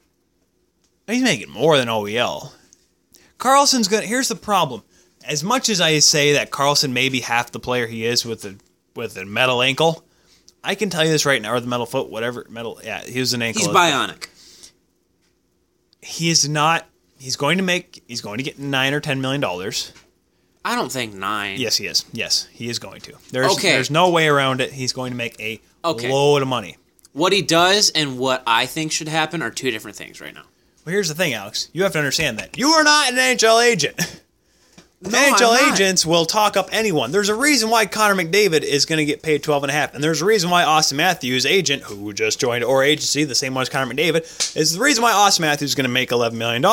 Speaker 1: He's making more than OEL. Carlson's gonna here's the problem. As much as I say that Carlson may be half the player he is with a with a metal ankle, I can tell you this right now, or the metal foot, whatever metal yeah, he was an ankle.
Speaker 2: He's bionic.
Speaker 1: He is not he's going to make he's going to get nine or ten million dollars.
Speaker 2: I don't think 9.
Speaker 1: Yes, he is. Yes, he is going to. There's
Speaker 2: Okay.
Speaker 1: there's no way around it. He's going to make a
Speaker 2: Okay.
Speaker 1: load of money.
Speaker 2: What he does and what I think should happen are two different things right now.
Speaker 1: Well, here's the thing, Alex. You have to understand that you are not an NHL agent. NHL
Speaker 2: I'm not.
Speaker 1: agents will talk up anyone. There's a reason why Connor McDavid is going to get paid 12 and a half. And there's a reason why Austin Matthews, agent who just joined our agency, the same one as Connor McDavid, is the reason why Austin Matthews is going to make $11 million.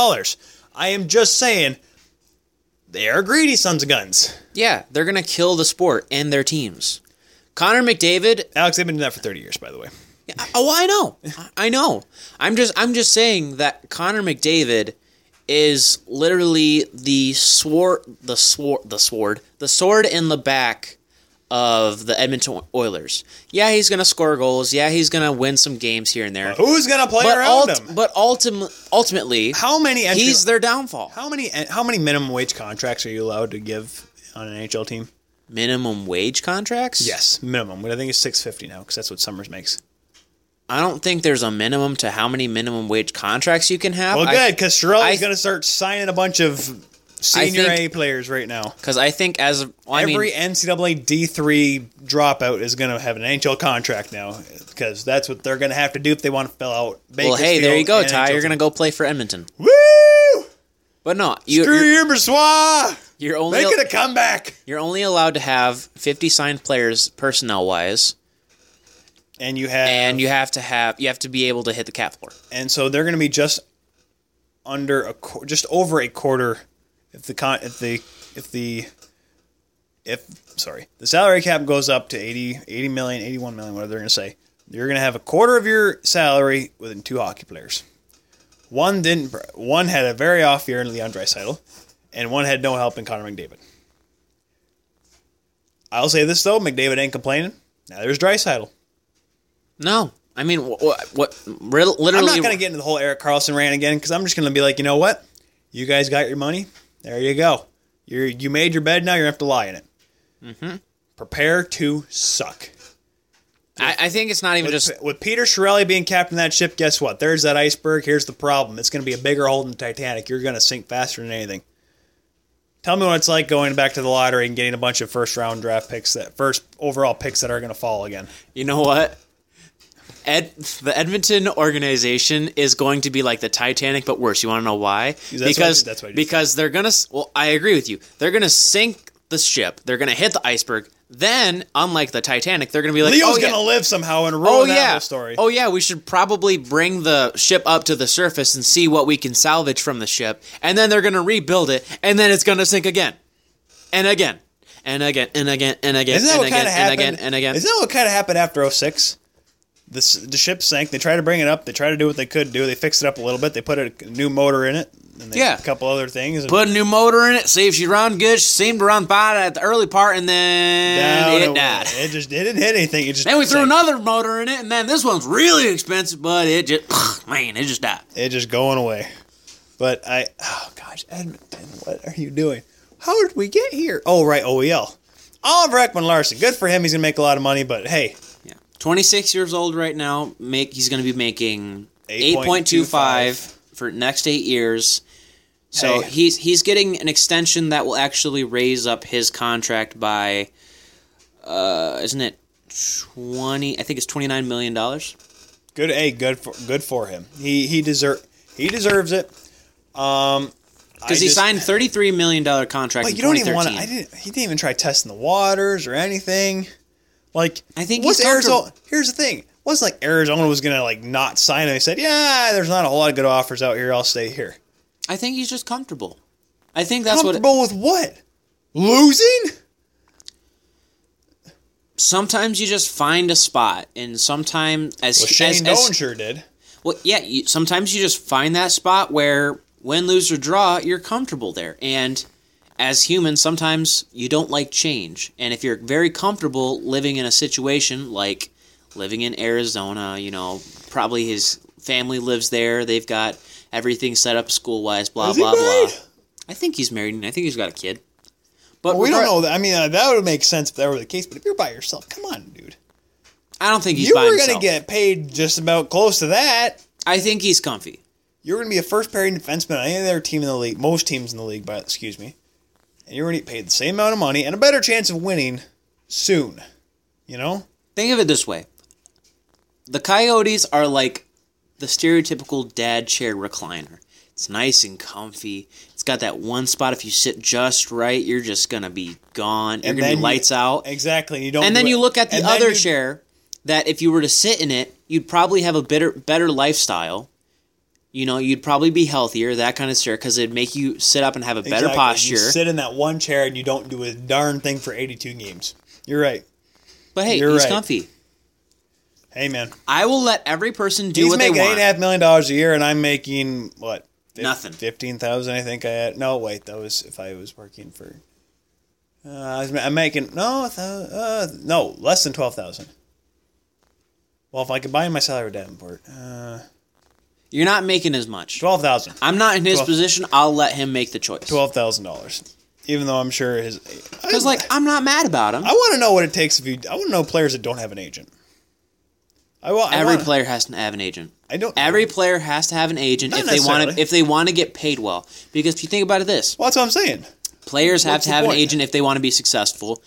Speaker 1: I am just saying they are greedy sons of guns.
Speaker 2: Yeah, they're going to kill the sport and their teams. Connor McDavid,
Speaker 1: Alex, they've been doing that for 30 years, by the way.
Speaker 2: I- oh, I know. I- I know. I'm just I'm just saying that Connor McDavid is literally the sword the sword the sword the sword in the back of the Edmonton Oilers. Yeah, he's going to score goals. Yeah, he's going to win some games here and there.
Speaker 1: Who's going to play
Speaker 2: But,
Speaker 1: around
Speaker 2: ult-
Speaker 1: him?
Speaker 2: but ultimately, ultimately
Speaker 1: how many entry-
Speaker 2: he's their downfall.
Speaker 1: how many how many minimum wage contracts are you allowed to give on an NHL team?
Speaker 2: Minimum wage contracts?
Speaker 1: Yes, minimum. What I think is six fifty now, because that's what Summers makes.
Speaker 2: I don't think there's a minimum to how many minimum wage contracts you can have.
Speaker 1: Well, good, because Shirelli's
Speaker 2: I-
Speaker 1: going to start signing a bunch of senior
Speaker 2: think-
Speaker 1: A players right now.
Speaker 2: Because I think as of- well, I mean,
Speaker 1: Every NCAA D three dropout is going to have an NHL contract now, because that's what they're going to have to do if they want to fill out.
Speaker 2: well, hey, there you go, Ty. You're gonna
Speaker 1: going
Speaker 2: go play for Edmonton.
Speaker 1: woo.
Speaker 2: But no, you,
Speaker 1: Screw
Speaker 2: you're,
Speaker 1: you, Bressois.
Speaker 2: you're only
Speaker 1: Make it a comeback.
Speaker 2: you're only allowed to have 50 signed players personnel wise,
Speaker 1: And you have
Speaker 2: and you have to have you have to be able to hit the cap floor.
Speaker 1: and so they're going to be just under a qu- just over a quarter if the con if the if the if sorry the salary cap goes up to 80 80 million 81 million whatever they're going to say you're going to have a quarter of your salary within two hockey players One didn't. One had a very off year in Leon Draisaitl, and one had no help in Connor McDavid. I'll say this though: McDavid ain't complaining. Now there's Draisaitl.
Speaker 2: No, I mean, what? what real- literally,
Speaker 1: I'm not going to get into the whole Eric Carlson rant again because I'm just going to be like, you know what? You guys got your money. There you go. You you made your bed. Now you have to lie in it. Mm-hmm. Prepare to suck.
Speaker 2: I, I think it's not even just.
Speaker 1: With Peter Shirelli being captain of that ship, guess what? There's that iceberg. Here's the problem. It's going to be a bigger hole than the Titanic. You're going to sink faster than anything. Tell me what it's like going back to the lottery and getting a bunch of first round draft picks that first overall picks that are going to fall again.
Speaker 2: You know what? Ed, the Edmonton organization is going to be like the Titanic, but worse. You want to know why?
Speaker 1: what I
Speaker 2: because
Speaker 1: did- that's what I did.
Speaker 2: because they're gonna. s- Well, I agree with you. They're gonna sink the ship. They're gonna hit the iceberg. Then, unlike the Titanic, they're gonna be like,
Speaker 1: Leo's
Speaker 2: oh, yeah.
Speaker 1: going to live somehow and ruin
Speaker 2: Oh
Speaker 1: that
Speaker 2: yeah.
Speaker 1: whole story.
Speaker 2: Oh yeah, we should probably bring the ship up to the surface and see what we can salvage from the ship. And then they're going to rebuild it and then it's going to sink again. And again. And again and again and again
Speaker 1: Isn't that
Speaker 2: and
Speaker 1: what
Speaker 2: again
Speaker 1: kind of
Speaker 2: and
Speaker 1: happened?
Speaker 2: again and again.
Speaker 1: Isn't that what kind of happened after 06? The, s- the ship sank. They tried to bring it up. They tried to do what they could do. They fixed it up a little bit. They put a new motor in it and they,
Speaker 2: Yeah.
Speaker 1: a couple other things. And
Speaker 2: Put a new motor in it, see if she run good. She seemed to run fine at the early part and
Speaker 1: down
Speaker 2: then it died.
Speaker 1: It just it didn't hit anything. It just
Speaker 2: Then we threw
Speaker 1: sank.
Speaker 2: another motor in it and then this one's really expensive, but it just man, it just died.
Speaker 1: It just going away. But I oh gosh, Edmonton, what are you doing? How did we get here? Oh right, OEL. Oliver Ekman Larson. Good for him. He's gonna make a lot of money. But hey,
Speaker 2: Yeah. 26 years old right now. Make he's going to be making
Speaker 1: 8.25
Speaker 2: 8.25 for next 8 years. So
Speaker 1: Hey.
Speaker 2: he's he's getting an extension that will actually raise up his contract by uh isn't it 20 I think it's 29 million dollars.
Speaker 1: good. Hey, good for good for him. He he deserve he deserves it. Um,
Speaker 2: Cuz he signed 33 million dollar contract
Speaker 1: But
Speaker 2: in
Speaker 1: you don't even want to.
Speaker 2: 2013.
Speaker 1: I didn't. He didn't even try testing the waters or anything. Like
Speaker 2: I think
Speaker 1: what's
Speaker 2: he's comfortable.
Speaker 1: Arizona? Here's the thing. Wasn't like Arizona was gonna like not sign him. They said, yeah, there's not a whole lot of good offers out here. I'll stay here.
Speaker 2: I think he's just comfortable. I think that's what
Speaker 1: Comfortable with what? Losing?
Speaker 2: sometimes you just find a spot and sometimes as
Speaker 1: Well, Shane
Speaker 2: as- as-
Speaker 1: Doan sure did.
Speaker 2: Well, yeah. You, sometimes you just find that spot where win, lose, or draw, you're comfortable there. And as humans, sometimes you don't like change. And if you're very comfortable living in a situation like living in Arizona, you know, probably his family lives there. They've got everything set up school wise. Blah
Speaker 1: Is he
Speaker 2: blah blah.
Speaker 1: married?
Speaker 2: I think he's married, and I think he's got a kid. But
Speaker 1: Well, we don't
Speaker 2: regard-
Speaker 1: know. That. I mean, uh, that would make sense if that were the case. But if you're by yourself, come on, dude.
Speaker 2: I don't think he's.
Speaker 1: you
Speaker 2: by
Speaker 1: were gonna
Speaker 2: himself.
Speaker 1: get paid just about close to that.
Speaker 2: I think he's comfy.
Speaker 1: you're going to be a first pairing defenseman on any other team in the league, most teams in the league, but excuse me, and you're going to get paid the same amount of money and a better chance of winning soon. You know,
Speaker 2: Think of it this way. The Coyotes are like the stereotypical dad chair recliner. It's nice and comfy. It's got that one spot if you sit just right, you're just gonna be gone. You're gonna be
Speaker 1: you-
Speaker 2: lights out.
Speaker 1: Exactly. You don't.
Speaker 2: And
Speaker 1: do
Speaker 2: then
Speaker 1: it.
Speaker 2: you look at the
Speaker 1: And then
Speaker 2: other
Speaker 1: you-
Speaker 2: chair that if you were to sit in it, you'd probably have a better better lifestyle. You know, you'd probably be healthier, that kind of chair, because it'd make you sit up and have a better
Speaker 1: Exactly.
Speaker 2: posture.
Speaker 1: You sit in that one chair and you don't do a darn thing for 82 games. You're right.
Speaker 2: but hey,
Speaker 1: You're
Speaker 2: he's
Speaker 1: right.
Speaker 2: comfy.
Speaker 1: Hey man,
Speaker 2: I will let every person do
Speaker 1: he's
Speaker 2: what they
Speaker 1: making eight
Speaker 2: want.
Speaker 1: and a half million dollars a year, and I'm making what? Fif-
Speaker 2: Nothing.
Speaker 1: Fifteen thousand, I think. I had. No, wait, that was if I was working for. Uh, I was, ma- I'm making no, th- uh, no, less than twelve thousand. Well, if I combine my salary with Davenport, uh,
Speaker 2: You're not making as much.
Speaker 1: twelve thousand.
Speaker 2: I'm not in his
Speaker 1: Twelve.
Speaker 2: position. I'll let him make the choice.
Speaker 1: Twelve thousand dollars. Even though I'm sure his.
Speaker 2: Because, like, I'm not mad about him.
Speaker 1: I want to know what it takes if you. I want to know players that don't have an agent. I want
Speaker 2: Every
Speaker 1: I wanna,
Speaker 2: player has to have an agent.
Speaker 1: I don't.
Speaker 2: Every player has to have an agent
Speaker 1: Not
Speaker 2: if they want to
Speaker 1: necessarily.
Speaker 2: if they want to get paid well. Because if you think about it, this
Speaker 1: Well, that's what I'm saying.
Speaker 2: players have
Speaker 1: What's
Speaker 2: to
Speaker 1: the
Speaker 2: have
Speaker 1: point?
Speaker 2: an agent if they want to be successful.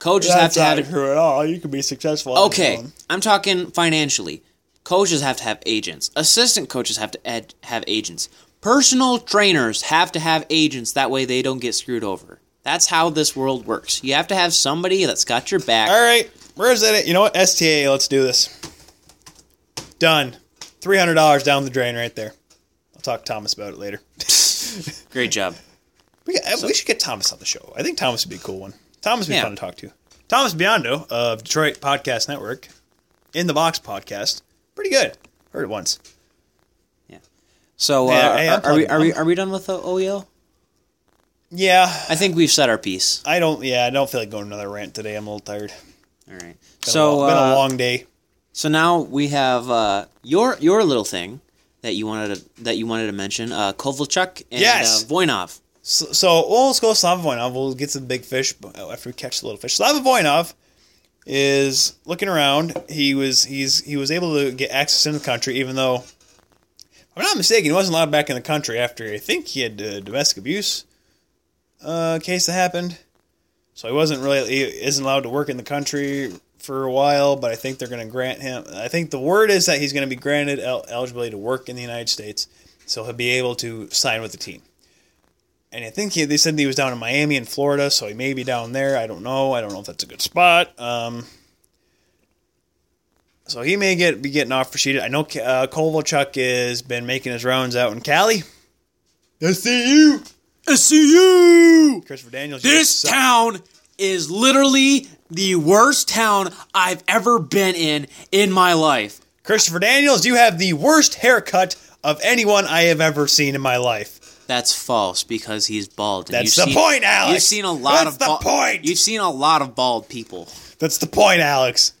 Speaker 2: Coaches
Speaker 1: That's not
Speaker 2: have to have
Speaker 1: true at all. You can be successful. on your
Speaker 2: okay.
Speaker 1: own.
Speaker 2: I'm talking financially. Coaches have to have agents. Assistant coaches have to ed- have agents. Personal trainers have to have agents. That way, they don't get screwed over. That's how this world works. You have to have somebody that's got your back.
Speaker 1: All right, where's that? at? You know what? STA, let's do this. Done. Three hundred dollars down the drain right there. I'll talk to Thomas about it later.
Speaker 2: Great job.
Speaker 1: we, uh, we should get Thomas on the show. I think Thomas would be a cool one. Thomas would be
Speaker 2: Yeah.
Speaker 1: fun to talk to. Thomas Biondo of Detroit Podcast Network, in the Box Podcast, pretty good. Heard it once.
Speaker 2: Yeah. So uh,
Speaker 1: Yeah, hey, I'm
Speaker 2: are, are we
Speaker 1: plugging-
Speaker 2: are we are we done with the OEL?
Speaker 1: Yeah,
Speaker 2: I think we've said our piece.
Speaker 1: I don't. Yeah, I don't feel like going another rant today. I'm a little tired.
Speaker 2: All right.
Speaker 1: Been
Speaker 2: so
Speaker 1: a, lo- been
Speaker 2: uh,
Speaker 1: a long day.
Speaker 2: so now we have uh, your your little thing that you wanted to that you wanted to mention. Uh, Kovalchuk and
Speaker 1: Yes!
Speaker 2: uh, Voinov.
Speaker 1: So, so well, let's go with Slava Voinov. We'll get some big fish but- oh, after we catch the little fish. Slava Voinov is looking around. He was he's he was able to get access into the country, even though, if I'm not mistaken, he wasn't allowed back in the country after I think he had a domestic abuse uh, case that happened. So he wasn't really he isn't allowed to work in the country for a while. But I think they're going to grant him. I think the word is that he's going to be granted el- eligibility to work in the United States, so he'll be able to sign with the team and I think he, they said he was down in Miami and Florida, so he may be down there. I don't know. I don't know if that's a good spot. Um, so he may get be getting off for sheet. I know uh, Kovalchuk has been making his rounds out in Cali. SCU.
Speaker 2: SCU.
Speaker 1: Christopher Daniels. you
Speaker 2: This
Speaker 1: suck.
Speaker 2: town is literally the worst town I've ever been in in my life.
Speaker 1: Christopher Daniels, you have the worst haircut of anyone I have ever seen in my life.
Speaker 2: That's false because he's bald. and
Speaker 1: That's
Speaker 2: you've
Speaker 1: the
Speaker 2: seen-
Speaker 1: point, Alex.
Speaker 2: You've seen a lot
Speaker 1: That's
Speaker 2: of
Speaker 1: the
Speaker 2: bald-
Speaker 1: point.
Speaker 2: You've seen a lot of bald people,
Speaker 1: That's the point, Alex.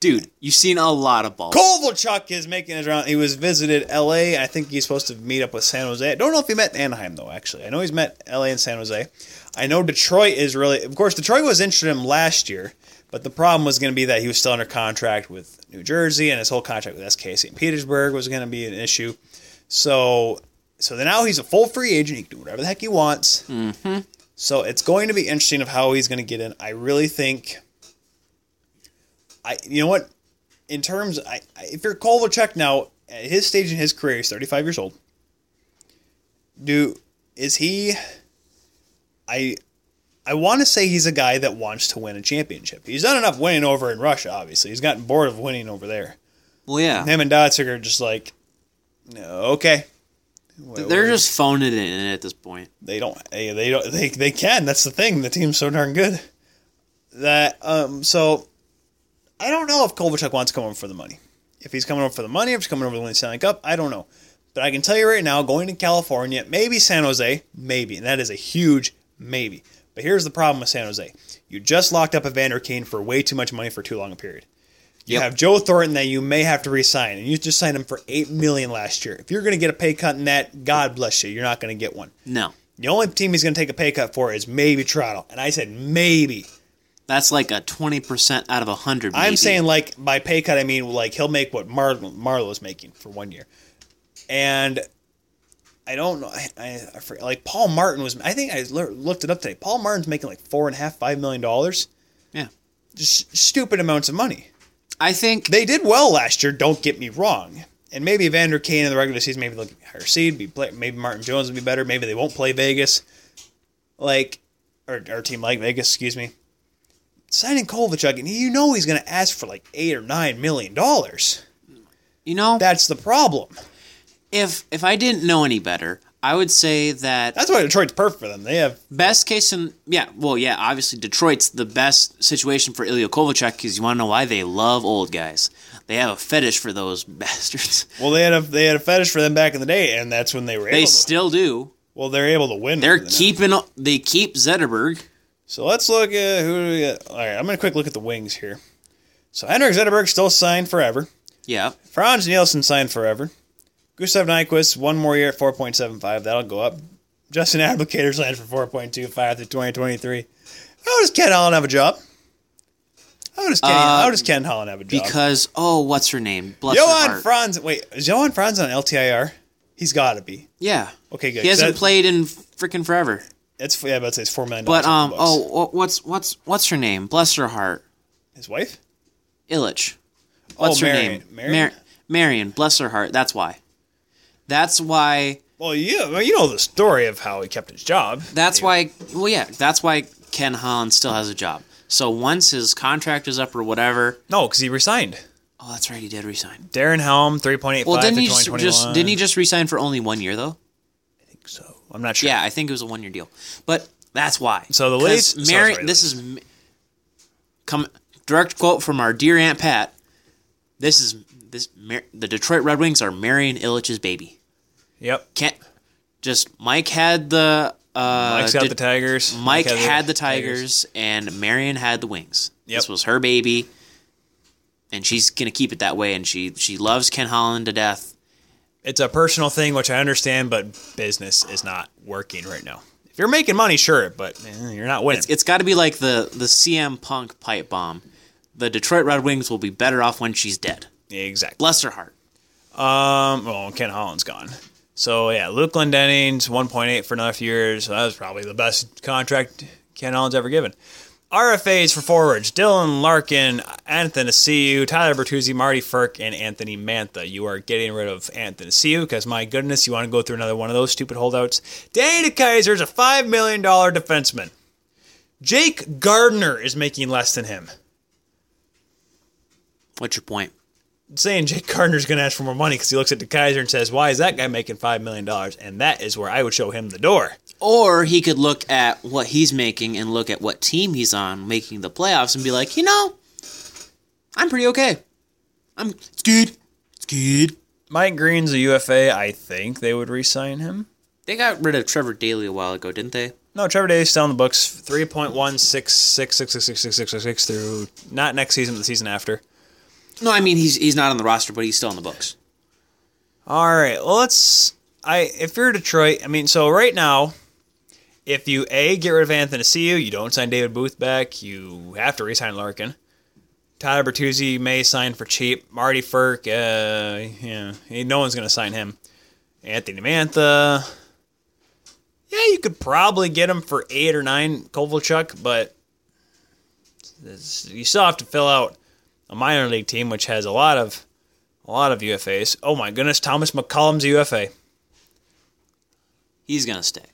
Speaker 2: dude. You've seen a lot of bald.
Speaker 1: Kovalchuk is making his round. He was visited L.A. I think he's supposed to meet up with San Jose. I don't know if he met Anaheim though. Actually, I know he's met L.A. and San Jose. I know Detroit is really. Of course, Detroit was interested in him last year, but the problem was going to be that he was still under contract with New Jersey, and his whole contract with SK St. Petersburg was going to be an issue. So, so then now he's a full free agent. He can do whatever the heck he wants. Mm-hmm. So it's going to be interesting of how he's going to get in. I really think. I you know what in terms, I, I- if you're Kovalchuk now at his stage in his career, he's 35 years old. Do is he? I I want to say he's a guy that wants to win a championship. He's done enough winning over in Russia. Obviously, he's gotten bored of winning over there.
Speaker 2: Well, yeah.
Speaker 1: Him and Dotsik are just like, no, okay.
Speaker 2: They're just phoning it in at this point.
Speaker 1: they don't eh, they, they don't they, they can that's the thing the team's so darn good that um so i don't know if kovalchuk wants to come over for the money if he's coming over for the money if he's coming over to win the stanley cup i don't know but i can tell you right now going to california maybe san jose maybe and that is a huge maybe but here's the problem with san jose you just locked up evander kane for way too much money for too long a period you
Speaker 2: Yep.
Speaker 1: have Joe Thornton that you may have to re-sign, and you just signed him for eight million last year. If you're going to get a pay cut in that, God bless you, you're not going to get one.
Speaker 2: No,
Speaker 1: The only team he's going to take a pay cut for is maybe Toronto. And I said maybe.
Speaker 2: that's like a twenty percent out of a hundred.
Speaker 1: I'm
Speaker 2: maybe.
Speaker 1: saying like by pay cut, I mean like he'll make what Mar- Marlowe's making for one year. And I don't know. I, I, I forget, like Paul Martin was. I think I lear- looked it up today. Paul Martin's making like four and a half, five million dollars.
Speaker 2: yeah.
Speaker 1: Just stupid amounts of money.
Speaker 2: I think
Speaker 1: They did well last year. Don't get me wrong. And maybe Evander Kane in the regular season, maybe they'll get higher seed. Be play, maybe Martin Jones will be better. Maybe they won't play Vegas, like or, or team like Vegas. Excuse me. Signing Kovalchuk, and you know he's going to ask for like eight or nine million dollars.
Speaker 2: you know
Speaker 1: That's the problem.
Speaker 2: if if I didn't know any better, I would say that
Speaker 1: That's why Detroit's perfect for them. They have
Speaker 2: best case in yeah, well yeah, obviously Detroit's the best situation for Ilya Kovalchuk because you want to know why they love old guys. They have a fetish for those bastards.
Speaker 1: well, they had a they had a fetish for them back in the day, and that's when they were
Speaker 2: They
Speaker 1: able. to,
Speaker 2: still do.
Speaker 1: well, they're able to win.
Speaker 2: They're
Speaker 1: over them now.
Speaker 2: keeping they keep Zetterberg.
Speaker 1: So let's look at who do we got. All right, I'm going to quick look at the wings here. So Henrik Zetterberg still signed forever.
Speaker 2: Yeah.
Speaker 1: Franz Nielsen signed forever. Gustav Nyquist, one more year at 4.75. That'll go up. Justin Applicator signed for 4.25 through 2023. How does Ken Holland have a job? How does Ken, how does Ken Holland have a job?
Speaker 2: Uh, Because oh, what's her name? Bless her
Speaker 1: Johan
Speaker 2: heart.
Speaker 1: Franz. Wait, is Johan Franz on LTIR? He's got to be.
Speaker 2: yeah.
Speaker 1: Okay, good.
Speaker 2: He hasn't
Speaker 1: That-
Speaker 2: played in freaking forever.
Speaker 1: That's yeah, about to say it's four million.
Speaker 2: But um
Speaker 1: bucks.
Speaker 2: oh, wh- what's what's what's her name? Bless her heart.
Speaker 1: his wife.
Speaker 2: Illich. What's
Speaker 1: oh,
Speaker 2: her
Speaker 1: Marion.
Speaker 2: name?
Speaker 1: Marion?
Speaker 2: Mar- Marion. Bless her heart. That's why. That's why.
Speaker 1: well, yeah, well, you know the story of how he kept his job.
Speaker 2: That's why. Well, yeah. That's why Ken Holland still has a job. So once his contract is up or whatever.
Speaker 1: No, because he resigned.
Speaker 2: Oh, that's right. He did resign.
Speaker 1: Darren Helm, 3.85
Speaker 2: Well, didn't
Speaker 1: through
Speaker 2: he just,
Speaker 1: 2021.
Speaker 2: just didn't he just resign for only one year though?
Speaker 1: So I'm not sure.
Speaker 2: Yeah, I think it was a one year deal. But that's why.
Speaker 1: So the
Speaker 2: 'Cause
Speaker 1: least- so
Speaker 2: Mary.
Speaker 1: sorry,
Speaker 2: this is m- come direct quote from our dear Aunt Pat. This is this Mar- the Detroit Red Wings are Marion Illich's baby.
Speaker 1: Yep.
Speaker 2: Can't just Mike had the uh,
Speaker 1: Mike's got
Speaker 2: did-
Speaker 1: the Tigers.
Speaker 2: Mike had, the tigers, and Marion had the wings. This
Speaker 1: Yep.
Speaker 2: was her baby, and she's gonna keep it that way. And she she loves Ken Holland to death.
Speaker 1: It's a personal thing, which I understand, but business is not working right now. If you're making money, sure, but eh, you're not winning.
Speaker 2: It's got to be like the the CM Punk pipe bomb. The Detroit Red Wings will be better off when she's dead.
Speaker 1: exactly.
Speaker 2: Bless her heart.
Speaker 1: Um. Well, Ken Holland's gone. So yeah, Luke Glendenning's 1.8 for enough years. So that was probably the best contract Ken Holland's ever given. RFAs for forwards: Dylan Larkin, Anthony Ciu, Tyler Bertuzzi, Marty Furk, and Anthony Mantha. You are getting rid of Anthony Ciu because my goodness, you want to go through another one of those stupid holdouts. Danny DeKaiser's a five million dollar defenseman. Jake Gardner is making less than him.
Speaker 2: What's your point?
Speaker 1: saying Jake Gardner's going to ask for more money because he looks at the Kaiser and says, "Why is that guy making five million dollars?" And that is where I would show him the door.
Speaker 2: Or he could look at what he's making and look at what team he's on making the playoffs and be like, you know, I'm pretty okay. I'm it's good. It's good.
Speaker 1: Mike Green's a UFA. I think they would re-sign him.
Speaker 2: They got rid of Trevor Daly a while ago, didn't they?
Speaker 1: No, Trevor Daly's still in the books. Three point one six six six six six six six six six through not next season, but the season after.
Speaker 2: No, I mean he's he's not on the roster, but he's still on the books.
Speaker 1: All right. Well, let's. I if you're Detroit, I mean, so right now, if you a get rid of Anthony Ciu, you don't sign David Booth back. You have to re-sign Larkin. Tyler Bertuzzi may sign for cheap. Marty Furk, uh, yeah, he- no one's gonna sign him. Anthony Mantha. Yeah, you could probably get him for eight or nine Kovalchuk, but it's- you still have to fill out a minor league team, which has a lot of a lot of UFAs. Oh my goodness, Thomas McCollum's a UFA.
Speaker 2: He's gonna stay.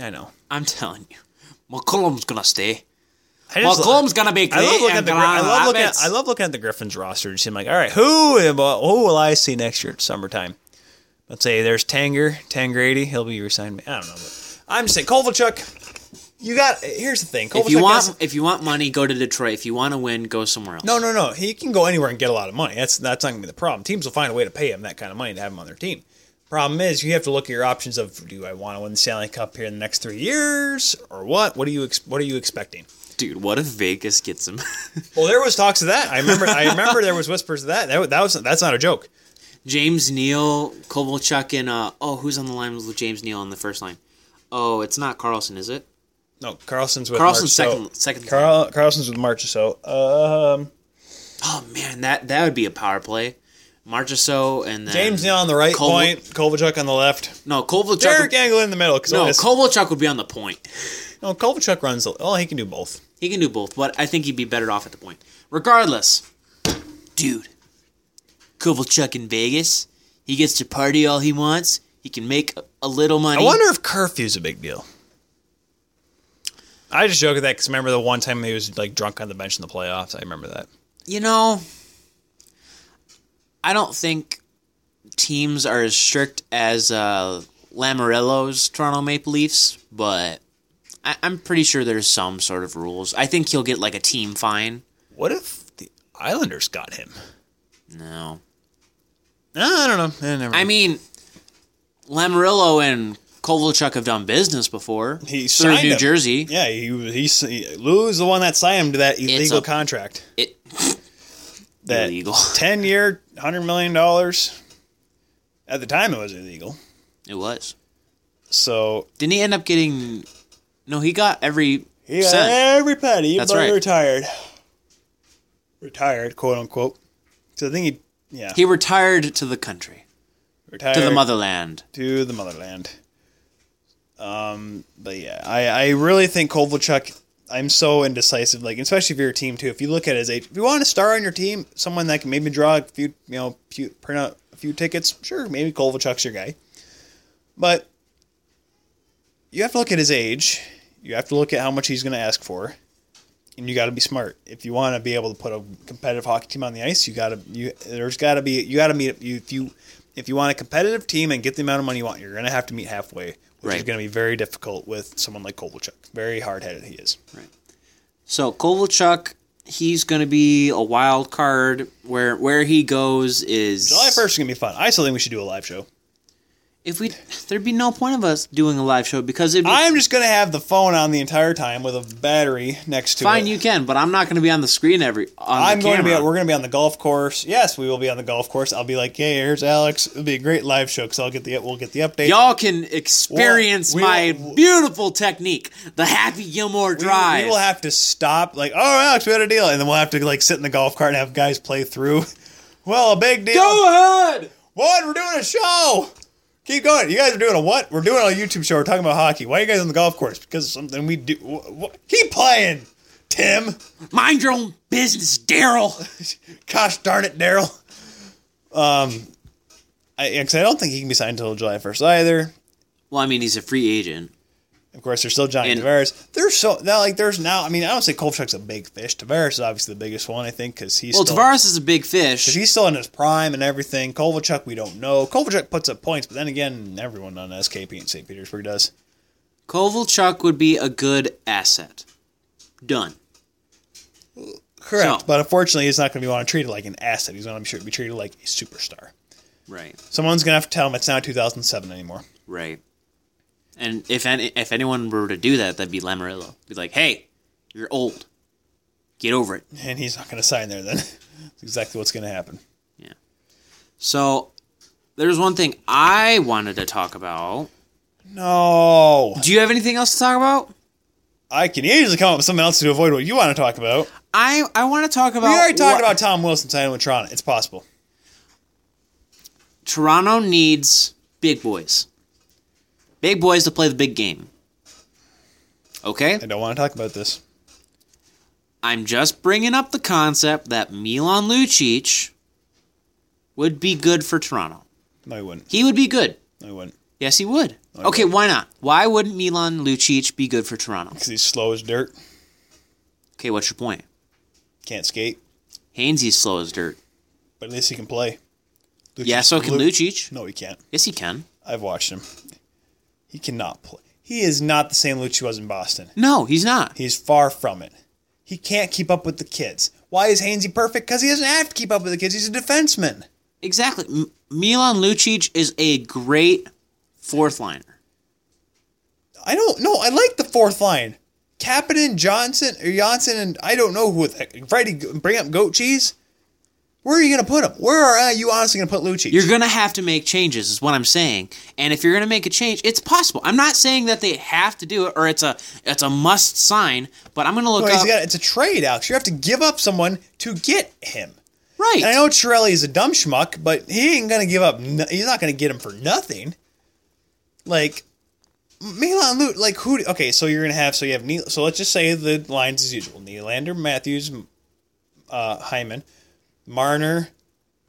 Speaker 1: I know.
Speaker 2: I'm telling you. McCollum's gonna stay.
Speaker 1: I just-
Speaker 2: McCollum's gonna be
Speaker 1: I
Speaker 2: great.
Speaker 1: love looking at
Speaker 2: and
Speaker 1: the Gri- I
Speaker 2: gonna
Speaker 1: love looking at,
Speaker 2: have it.
Speaker 1: I love looking at the Griffins roster and seeing like, all right, who am- who will I see next year at summertime? Let's say there's Tanger, Tangrady, he'll be resigned. I don't know, but I'm saying Kovalchuk. You got here's the thing.
Speaker 2: if you
Speaker 1: Kovalchuk
Speaker 2: want
Speaker 1: has-
Speaker 2: if you want money, go to Detroit. If you want to win, go somewhere else.
Speaker 1: no, no, no. He can go anywhere and get a lot of money. That's that's not gonna be the problem. Teams will find a way to pay him that kind of money to have him on their team. Problem is, you have to look at your options of do I want to win the Stanley Cup here in the next three years or what? What do you ex- what are you expecting?
Speaker 2: Dude, what if Vegas gets him?
Speaker 1: Well, there was talks of that. I remember. I remember there was whispers of that. That, wa- that was that's not a joke.
Speaker 2: James Neal, Kovalchuk, and uh, oh, who's on the line with James Neal on the first line? Oh, it's not Carlson, is it?
Speaker 1: No, Carlson's with
Speaker 2: Carlson's
Speaker 1: March,
Speaker 2: second, second.
Speaker 1: Carl, Carlson's with March. So, um,
Speaker 2: oh man, that that would be a power play. Marchessault and then
Speaker 1: James Neal on the right
Speaker 2: Koval-
Speaker 1: point, Kovalchuk on the left,
Speaker 2: No, Kovalchuk.
Speaker 1: Derek
Speaker 2: would,
Speaker 1: Angle in the middle. Cause
Speaker 2: no,
Speaker 1: no,
Speaker 2: Kovalchuk would be on the point.
Speaker 1: no, Kovalchuk runs. the- Well, he can do both.
Speaker 2: He can do both, but I think he'd be better off at the point. Regardless, dude, Kovalchuk in Vegas, he gets to party all he wants. He can make a- a little money.
Speaker 1: I wonder if curfew's a big deal. I just joke at that because remember the one time he was like drunk on the bench in the playoffs. I remember that.
Speaker 2: You know, I don't think teams are as strict as uh, Lamorello's Toronto Maple Leafs, but I- I'm pretty sure there's some sort of rules. I think he'll get like a team fine.
Speaker 1: What if the Islanders got him?
Speaker 2: No.
Speaker 1: Uh, I don't know. Eh, never
Speaker 2: I
Speaker 1: mind.
Speaker 2: mean, Lamarillo and Kovalchuk have done business before.
Speaker 1: He
Speaker 2: through
Speaker 1: signed
Speaker 2: New
Speaker 1: him.
Speaker 2: Jersey.
Speaker 1: yeah, he, he, he Lou's the one that signed him to that illegal
Speaker 2: a-
Speaker 1: contract.
Speaker 2: It,
Speaker 1: that
Speaker 2: Illegal.
Speaker 1: 10 year, $100 million. At the time, it was illegal.
Speaker 2: it was.
Speaker 1: So
Speaker 2: Didn't he end up getting? No, he got every
Speaker 1: he got
Speaker 2: cent.
Speaker 1: every penny,
Speaker 2: That's
Speaker 1: but
Speaker 2: right.
Speaker 1: retired. Retired, quote unquote. So I think he, yeah,
Speaker 2: He retired to the country,
Speaker 1: retired
Speaker 2: to the motherland.
Speaker 1: to the motherland. Um, but yeah, I, I really think Kovalchuk. I'm so indecisive, like especially if you're a team too. If you look at his age, if you want a star on your team, someone that can maybe draw a few, you know, few, print out a few tickets, sure, maybe Kovalchuk's your guy. But you have to look at his age. You have to look at how much he's going to ask for, and you got to be smart if you want to be able to put a competitive hockey team on the ice. You got to you there's got to be you got to meet you if you if you want a competitive team and get the amount of money you want, you're going to have to meet halfway, which is
Speaker 2: Right.
Speaker 1: going to be very difficult with someone like Kovalchuk. Very hard headed he is.
Speaker 2: So Kovalchuk, he's going to be a wild card. Where where he goes is
Speaker 1: July first is going to be fun. I still think we should do a live show.
Speaker 2: If we, there'd be no point of us doing a live show because it'd be
Speaker 1: I'm just gonna have the phone on the entire time with a battery next to
Speaker 2: fine.
Speaker 1: it.
Speaker 2: You can, but I'm not going to be on the screen every. On
Speaker 1: I'm
Speaker 2: the
Speaker 1: going to be.
Speaker 2: camera.
Speaker 1: We're going to be on the golf course. Yes, we will be on the golf course. I'll be like, "Hey, here's Alex." It'll be a great live show because I'll get the we'll get the update.
Speaker 2: Y'all can experience
Speaker 1: we-
Speaker 2: my
Speaker 1: we-
Speaker 2: beautiful technique, the Happy Gilmore
Speaker 1: we,
Speaker 2: Drive.
Speaker 1: we will have to stop. Like, oh, Alex, we had a deal, and then we'll have to like sit in the golf cart and have guys play through. Well, a big deal.
Speaker 2: Go ahead.
Speaker 1: What? We're doing a show. Keep going. You guys are doing a what? We're doing a YouTube show. We're talking about hockey. Why are you guys on the golf course? Because of something we do. Wh- wh- Keep playing, Tim.
Speaker 2: Mind your own business, Daryl.
Speaker 1: Gosh darn it, Daryl. Um, I, 'cause I don't think he can be signed until July 1st either.
Speaker 2: Well, I mean, he's a free agent.
Speaker 1: Of course, there's still Johnny
Speaker 2: And-
Speaker 1: Tavares. There's so now like there's now. I mean, I don't say Kolchak's a big fish. Tavares is obviously the biggest one, I think, because he's
Speaker 2: Well,
Speaker 1: still,
Speaker 2: Tavares is a big fish.
Speaker 1: he's still in his prime and everything. Kovalchuk, we don't know. Kovalchuk puts up points, but then again, everyone on SKP in St. Petersburg does.
Speaker 2: Kovalchuk would be a good asset. Done.
Speaker 1: Correct,
Speaker 2: So-
Speaker 1: but unfortunately, he's not going to be want to treated like an asset. He's going to be treated like a superstar.
Speaker 2: Right.
Speaker 1: Someone's going to have to tell him it's not 2007 anymore.
Speaker 2: Right. And if any, if anyone were to do that, that'd be Lamarillo. Be like, hey, you're old. Get over it.
Speaker 1: and he's not going to sign there. Then that's exactly what's going to happen.
Speaker 2: Yeah. So there's one thing I wanted to talk about.
Speaker 1: No,
Speaker 2: Do you have anything else to talk about?
Speaker 1: I can easily come up with something else to avoid what you want to talk about.
Speaker 2: I I want to talk about.
Speaker 1: We already talked
Speaker 2: what-
Speaker 1: about Tom Wilson signing with Toronto. It's possible.
Speaker 2: Toronto needs big boys. Big boys to play the big game. Okay?
Speaker 1: I don't want to talk about this.
Speaker 2: I'm just bringing up the concept that Milan Lucic would be good for Toronto.
Speaker 1: No, he wouldn't.
Speaker 2: He would be good.
Speaker 1: No, he wouldn't.
Speaker 2: Yes, he would.
Speaker 1: Oh,
Speaker 2: Okay, why not? Why wouldn't Milan Lucic be good for Toronto?
Speaker 1: Because he's slow as dirt.
Speaker 2: Okay, what's your point?
Speaker 1: Can't skate,
Speaker 2: Hainsey's slow as dirt.
Speaker 1: but at least he can play. Lucic-
Speaker 2: Yeah, so can
Speaker 1: Lu-
Speaker 2: Lucic.
Speaker 1: No, he can't.
Speaker 2: Yes, he can.
Speaker 1: I've watched him. He cannot play. He is not the same Lucic was in Boston.
Speaker 2: No, he's not.
Speaker 1: He's far from it. He can't keep up with the kids. Why is Hainsey perfect? Because he doesn't have to keep up with the kids. He's a defenseman.
Speaker 2: Exactly. M- Milan Lucic is a great fourth liner.
Speaker 1: I don't know. I like the fourth line. Kapanen, Johnson, or Johnson, and I don't know who. the heck- Freddie, bring up goat cheese. Where are you going to put him? Where are uh, you honestly going to put Lucic?
Speaker 2: You're gonna have to make changes, is what I'm saying. And if you're gonna make a change, it's possible. I'm not saying that they have to do it or it's a it's a must sign, but I'm gonna look
Speaker 1: No, he's
Speaker 2: up.
Speaker 1: got- it's a trade, Alex. You have to give up someone to get him.
Speaker 2: right.
Speaker 1: And I know Chirelli is a dumb schmuck, but he ain't going to give up. No, he's not going to get him for nothing. Like Milan Lute, like who? do- Okay, so you're going to have so you have Neil. So let's just say the lines as usual: Nylander, Matthews, uh, Hyman, Marner,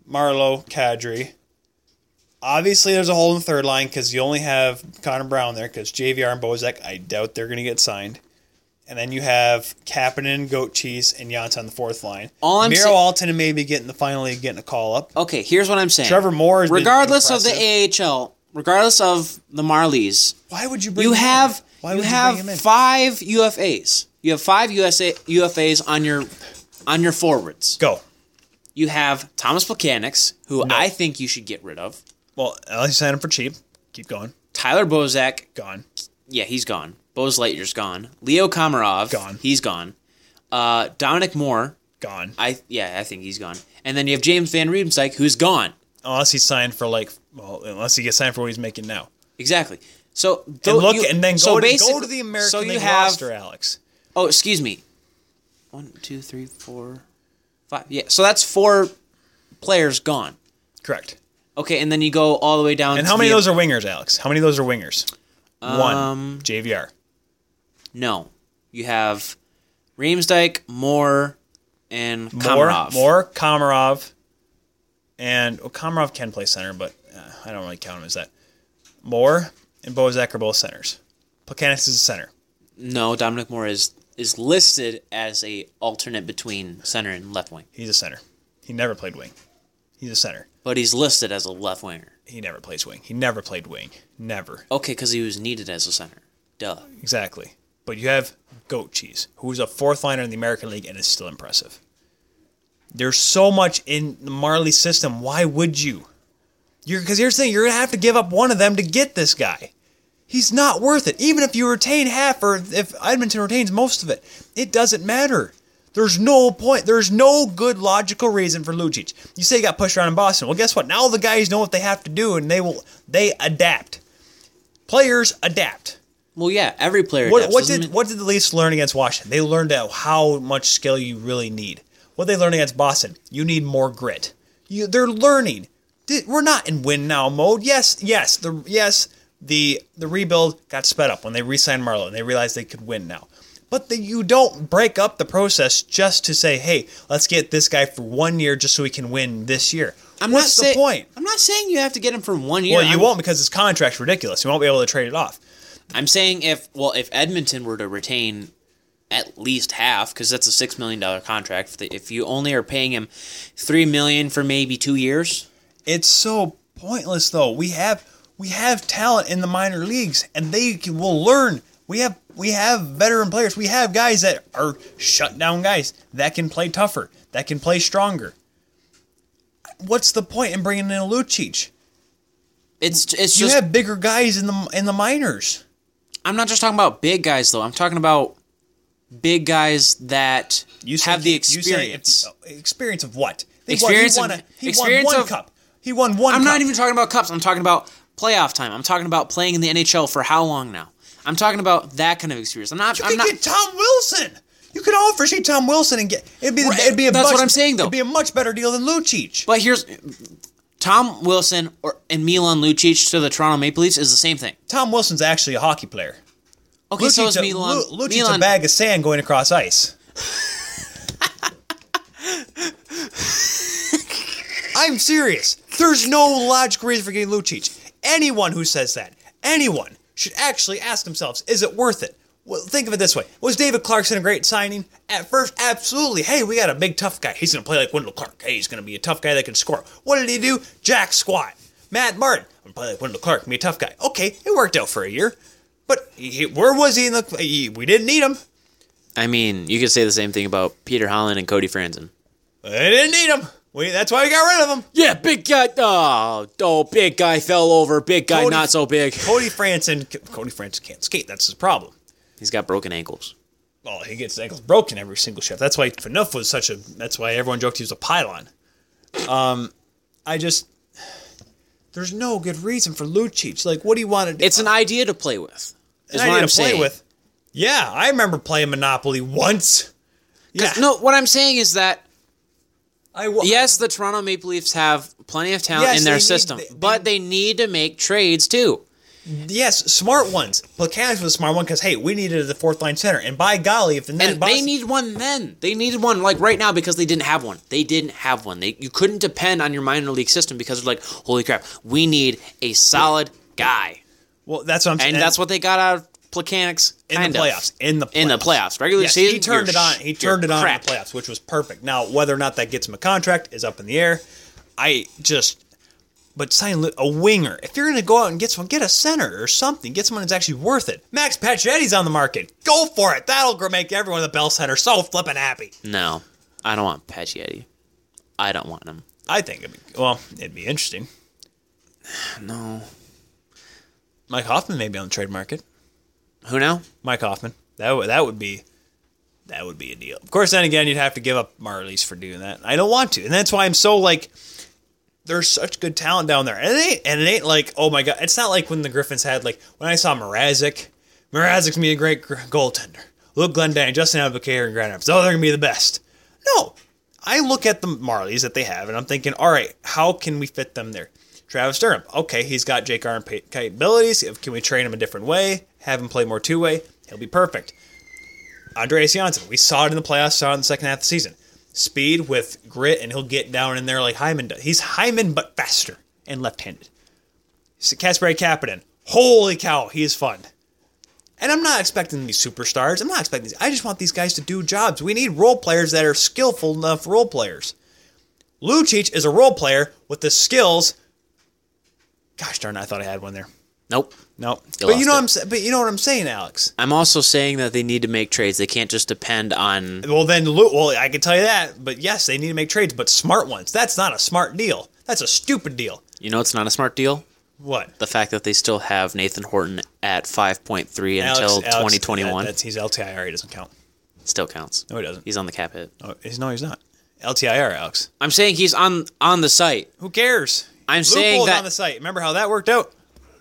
Speaker 1: Marlowe, Kadri. Obviously, there's a hole in the third line because you only have Connor Brown there because JVR and Bozak. I doubt they're going to get signed. And then you have Kapanen, Goat Cheese, and Yance on the fourth line.
Speaker 2: All I'm
Speaker 1: Miro
Speaker 2: sa-
Speaker 1: Alton maybe getting the finally getting a call up.
Speaker 2: okay, here's what I'm saying.
Speaker 1: Trevor Moore, has been
Speaker 2: regardless of
Speaker 1: impressive.
Speaker 2: the AHL, regardless of the Marlies,
Speaker 1: Why would you bring
Speaker 2: you
Speaker 1: him in?
Speaker 2: have
Speaker 1: Why
Speaker 2: you
Speaker 1: would
Speaker 2: have
Speaker 1: bring him in?
Speaker 2: five UFAs. You have five USA UFAs on your on your forwards.
Speaker 1: Go.
Speaker 2: You have Thomas Plekanec, who I think you should get rid of.
Speaker 1: Well, Alex signed him for cheap. Keep going.
Speaker 2: Tyler Bozak,
Speaker 1: Gone.
Speaker 2: Yeah, he's gone. Bose Lightyear's gone. Leo Komarov.
Speaker 1: Gone.
Speaker 2: He's gone. Uh, Dominic Moore.
Speaker 1: Gone.
Speaker 2: I yeah, I think he's gone. And then you have James Van Riemsdyk, who's gone.
Speaker 1: Unless he signed for like, well, unless he gets signed for what he's making now.
Speaker 2: Exactly. So
Speaker 1: And
Speaker 2: though
Speaker 1: look,
Speaker 2: you-
Speaker 1: and then go,
Speaker 2: so
Speaker 1: to,
Speaker 2: basic-
Speaker 1: go to the American
Speaker 2: so you
Speaker 1: League
Speaker 2: have,
Speaker 1: roster, Alex.
Speaker 2: Oh, excuse me. One, two, three, four, five. Yeah. So that's four players gone.
Speaker 1: Correct.
Speaker 2: Okay, and then you go all the way down.
Speaker 1: And
Speaker 2: to
Speaker 1: how many
Speaker 2: the,
Speaker 1: of those are wingers, Alex? How many of those are wingers?
Speaker 2: Um,
Speaker 1: One. JVR.
Speaker 2: No, you have Riemsdyk, Moore, and
Speaker 1: Moore,
Speaker 2: Komarov.
Speaker 1: Moore, Komarov, and well, Komarov can play center, but uh, I don't really count him as that. Moore and Bozak are both centers. Placanis is a center.
Speaker 2: No, Dominic Moore is is listed as a alternate between center and left wing,
Speaker 1: He's a center. He never played wing. He's a center.
Speaker 2: but he's listed as a left winger.
Speaker 1: He never plays wing. He never played wing. Never.
Speaker 2: Okay, because he was needed as a center. Duh.
Speaker 1: Exactly. But you have Goat Cheese, who's a fourth liner in the American League and is still impressive. There's so much in the Marley system. Why would you? You're because here's the thing: you're gonna have to give up one of them to get this guy. He's not worth it. Even if you retain half, or if Edmonton retains most of it, it doesn't matter. There's no point. There's no good logical reason for Lucic. You say he got pushed around in Boston. Well, guess what? Now the guys know what they have to do, and they will they adapt. Players adapt.
Speaker 2: Well, yeah, every player.
Speaker 1: What,
Speaker 2: adapts,
Speaker 1: what
Speaker 2: doesn't
Speaker 1: did
Speaker 2: it?
Speaker 1: what did the Leafs learn against Washington? They learned out how much skill you really need. What they learned against Boston, you need more grit. You, they're learning. Di- We're not in win now mode. Yes, yes, the yes the the rebuild got sped up when they re-signed Marlowe and they realized they could win now. But the, you don't break up the process just to say, hey, let's get this guy for one year just so we can win this year.
Speaker 2: I'm not
Speaker 1: What's the
Speaker 2: say-
Speaker 1: point?
Speaker 2: I'm not saying you have to get him for one year.
Speaker 1: Well, you
Speaker 2: I'm,
Speaker 1: won't because his contract's ridiculous. You won't be able to trade it off.
Speaker 2: I'm saying if well, if Edmonton were to retain at least half, because that's a six million dollar contract. If, they, if you only are paying him three million for maybe two years,
Speaker 1: It's so pointless though. We have we have talent in the minor leagues and they can, will learn. We have we have veteran players. We have guys that are shut down guys that can play tougher, that can play stronger. What's the point in bringing in a Lucic?
Speaker 2: it's it's
Speaker 1: You
Speaker 2: just.
Speaker 1: have bigger guys in the in the minors.
Speaker 2: I'm not just talking about big guys though. I'm talking about big guys that
Speaker 1: You say
Speaker 2: have the
Speaker 1: you say if-
Speaker 2: experience.
Speaker 1: experience of what? They
Speaker 2: Experience
Speaker 1: won, he
Speaker 2: of-
Speaker 1: won, a, he
Speaker 2: experience
Speaker 1: won one
Speaker 2: of-
Speaker 1: cup. He won one.
Speaker 2: I'm
Speaker 1: cup.
Speaker 2: not even talking about cups. I'm talking about playoff time. I'm talking about playing in the NHL for how long now. I'm talking about that kind of experience. I'm not.
Speaker 1: You
Speaker 2: I'm
Speaker 1: could
Speaker 2: not.
Speaker 1: get Tom Wilson. You could offer she Tom Wilson and get it'd be
Speaker 2: Right,
Speaker 1: it'd be a
Speaker 2: that's
Speaker 1: much,
Speaker 2: what I'm saying, though.
Speaker 1: It'd be a much better deal than Lucic.
Speaker 2: But here's Tom Wilson or and Milan Lucic to the Toronto Maple Leafs is the same thing.
Speaker 1: Tom Wilson's actually a hockey player.
Speaker 2: Okay, so is
Speaker 1: a-
Speaker 2: Milan.
Speaker 1: Lu- Lucic's
Speaker 2: Milan.
Speaker 1: a bag of sand going across ice. I'm serious. There's no logical reason for getting Lucic. Anyone who says that, anyone should actually ask themselves, is it worth it? Well, think of it this way: Was David Clarkson a great signing? At first, absolutely. Hey, we got a big tough guy. He's gonna play like Wendell Clark. Hey, he's gonna be a tough guy that can score. What did he do? Jack squat. Matt Martin. I'm gonna play like Wendell Clark. Be a tough guy. Okay, it worked out for a year. But he, he- where was he in the? He, we didn't need him.
Speaker 2: I mean, you could say the same thing about Peter Holland and Cody Franzen.
Speaker 1: We didn't need him. We, that's why we got rid of him.
Speaker 2: Yeah, big guy. Oh, oh, big guy fell over. Big guy,
Speaker 1: Cody-
Speaker 2: not so big.
Speaker 1: Cody Franson. Cody Franson can't skate. That's his problem.
Speaker 2: He's got broken ankles.
Speaker 1: Well, he gets his ankles broken every single shift. That's why Fanuf was such a. That's why everyone joked he was a pylon. Um, I just. There's no good reason for Lucic. Like, what do you want to do?
Speaker 2: It's an idea to play with. Is
Speaker 1: I
Speaker 2: what
Speaker 1: need
Speaker 2: I'm
Speaker 1: to play
Speaker 2: saying.
Speaker 1: with. Yeah, I remember playing Monopoly once. Yeah.
Speaker 2: No, what I'm saying is that
Speaker 1: I wa-
Speaker 2: yes, the Toronto Maple Leafs have plenty of talent
Speaker 1: Yes,
Speaker 2: in their
Speaker 1: they need-
Speaker 2: system,
Speaker 1: they-
Speaker 2: but they need to make trades too.
Speaker 1: Yes, smart ones. Placanis was a smart one because hey, we needed the fourth line center, and by golly, if the net
Speaker 2: And they
Speaker 1: Boston,
Speaker 2: need one then. They needed one like right now because they didn't have one. They didn't have one. They you couldn't depend on your minor league system because they're like, holy crap, we need a solid guy,
Speaker 1: well, that's what I'm saying.
Speaker 2: and that's what they got out of Placanics
Speaker 1: in the playoffs. In the playoffs.
Speaker 2: In the playoffs, regular
Speaker 1: Yes,
Speaker 2: season,
Speaker 1: he turned it
Speaker 2: you're
Speaker 1: on.
Speaker 2: sh-
Speaker 1: He turned
Speaker 2: you're
Speaker 1: it on
Speaker 2: crap.
Speaker 1: in the playoffs, which was perfect. Now, whether or not that gets him a contract is up in the air. I just, but sign Lu- a winger. If you're going to go out and get someone, get a center or something. Get someone that's actually worth it. Max Pacioretty's on the market. Go for it. That'll gr- make everyone in the Bell Center so flippin' happy.
Speaker 2: No, I don't want Pacioretty. I don't want him.
Speaker 1: I think. It'd be, well, it'd be interesting.
Speaker 2: No.
Speaker 1: Mike Hoffman may be on the trade market.
Speaker 2: Who now?
Speaker 1: Mike Hoffman. That would that would be that would be a deal. Of course, then again, you'd have to give up Marlies for doing that. I don't want to, and that's why I'm so like. There's such good talent down there, and it ain't, and it ain't like oh my god, it's not like when the Griffins had like when I saw Mrazek. Mrazek's gonna be a great gr- goaltender. Luke Glendening, Justin Abdelkader, and Grant Adams. Oh, they're gonna be the best. No, I look at the Marlies that they have, and I'm thinking, all right, how can we fit them there? Travis Durham, okay, he's got Jake Arndt capabilities. If- Can we train him a different way? Have him play more two way? He'll be perfect. Andreas Janssen, we saw it in the playoffs, saw it in the second half of the season. Speed with grit, and he'll get down in there like Hyman does. He's Hyman, but faster and left handed. Casper Kapanen, holy cow, he is fun. And I'm not expecting these superstars. I'm not expecting these. I just want these guys to do jobs. We need role players that are skillful enough role players. Lucic is a role player with the skills. Gosh darn, I thought I had one there.
Speaker 2: Nope.
Speaker 1: No,
Speaker 2: You
Speaker 1: but you
Speaker 2: lost
Speaker 1: know
Speaker 2: it.
Speaker 1: what I'm sa- but you know what I'm saying, Alex.
Speaker 2: I'm also saying that they need to make trades. They can't just depend on
Speaker 1: Well, then, Lu- well, I can tell you that. But yes, they need to make trades, but smart ones. That's not a smart deal. That's a stupid deal.
Speaker 2: you know it's not a smart deal.
Speaker 1: What?
Speaker 2: The fact that they still have Nathan Horton at 5.3
Speaker 1: Alex-
Speaker 2: until
Speaker 1: Alex,
Speaker 2: 2021
Speaker 1: that- that's he's LTIR. He doesn't count.
Speaker 2: still counts.
Speaker 1: No, he doesn't.
Speaker 2: He's on the cap hit.
Speaker 1: No, he's no, he's not. LTIR, Alex.
Speaker 2: I'm saying he's on on the site.
Speaker 1: Who cares?
Speaker 2: I'm
Speaker 1: Loopholes
Speaker 2: saying that-
Speaker 1: on the site. Remember how that worked out?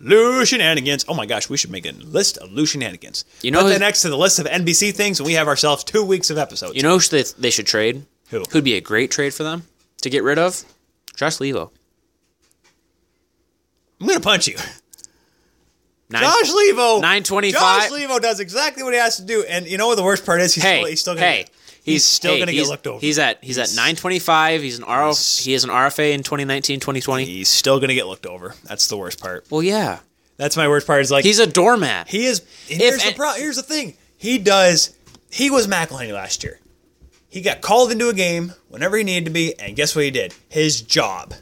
Speaker 1: Lou shenanigans. Oh my gosh, we should make a list of Lou shenanigans.
Speaker 2: You know
Speaker 1: Put that
Speaker 2: who-
Speaker 1: next to the list of NBC things, and we have ourselves two weeks of episodes.
Speaker 2: You know who should they, they should trade?
Speaker 1: Who?
Speaker 2: Who'd be a great trade for them to get rid of? Josh Levo.
Speaker 1: I'm gonna punch you.
Speaker 2: Nine,
Speaker 1: Josh Levo.
Speaker 2: 925.
Speaker 1: Josh Levo does exactly what he has to do, and you know what the worst part is? He's
Speaker 2: hey,
Speaker 1: still, he's still gonna,
Speaker 2: hey,
Speaker 1: he's still
Speaker 2: hey,
Speaker 1: gonna
Speaker 2: he's-
Speaker 1: get looked over.
Speaker 2: He's at he's, at 925. He's an RF,
Speaker 1: He's-
Speaker 2: he is an RFA in 2019 2020.
Speaker 1: he's still gonna get looked over. That's the worst part.
Speaker 2: Well, yeah,
Speaker 1: That's my worst part. Is like
Speaker 2: he's a doormat.
Speaker 1: He is. and here's
Speaker 2: and-
Speaker 1: the pro- Here's the thing. He does. He was McElhaney last year. He got called into a game whenever he needed to be, and guess what he did? His job.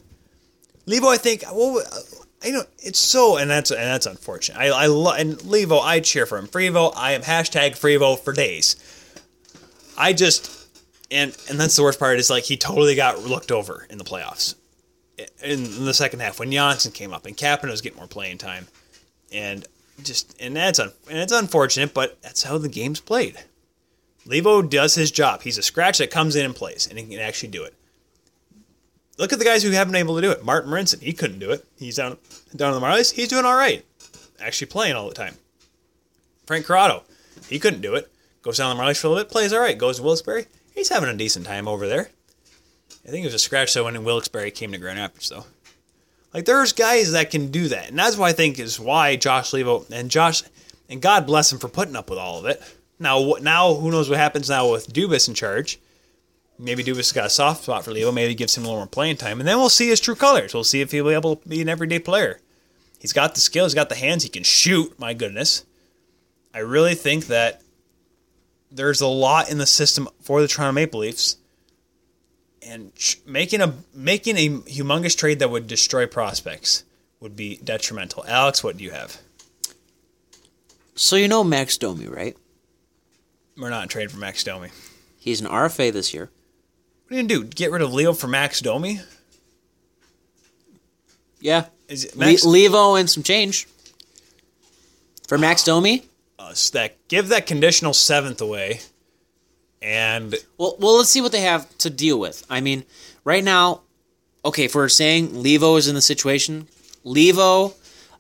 Speaker 1: Levo, I think. Well, uh, you know, it's so, and that's and that's unfortunate. I, I love and Levo. I cheer for him. Frevo, I am hashtag Frevo for days. I just, and and that's the worst part is like he totally got looked over in the playoffs, in the second half when Janssen came up and Kapanen was getting more playing time and just and that's un- and it's unfortunate, but that's how the game's played. Levo does his job. He's a scratch that comes in and plays, and he can actually do it. Look at the guys who haven't been able to do it. Martin Morinson, he couldn't do it. He's down down in the Marlies. He's doing all right, actually playing all the time. Frank Corrado, he couldn't do it. Goes down to the Marlies for a little bit, plays all right. Goes to Wilkes-Barre, he's having a decent time over there. I think it was a scratch though when Wilkes-Barre came to Grand Rapids though. Like there's guys that can do that, and that's why I think is why Josh Levo and Josh, and God bless him for putting up with all of it. Now, wh- now who knows what happens now with Dubas in charge? Maybe Dubas has got a soft spot for Levo. Maybe gives him a little more playing time, and then we'll see his true colors. We'll see if he'll be able to be an everyday player. He's got the skill. He's got the hands. He can shoot. My goodness, I really think that there's a lot in the system for the Toronto Maple Leafs and ch- making a making a humongous trade that would destroy prospects would be detrimental. Alex, what do you have?
Speaker 2: So you know Max Domi, right?
Speaker 1: We're not in trade for Max Domi. What
Speaker 2: He's an RFA this year.
Speaker 1: are you gonna do? Get rid of Leo for Max Domi?
Speaker 2: Yeah,
Speaker 1: Is it
Speaker 2: Le-
Speaker 1: Max?
Speaker 2: Levo and some change for Max Domi.
Speaker 1: Us that give that conditional seventh away, and
Speaker 2: Well, well, let's see what they have to deal with. I mean, right now, okay, if we're saying Levo is in the situation, Levo,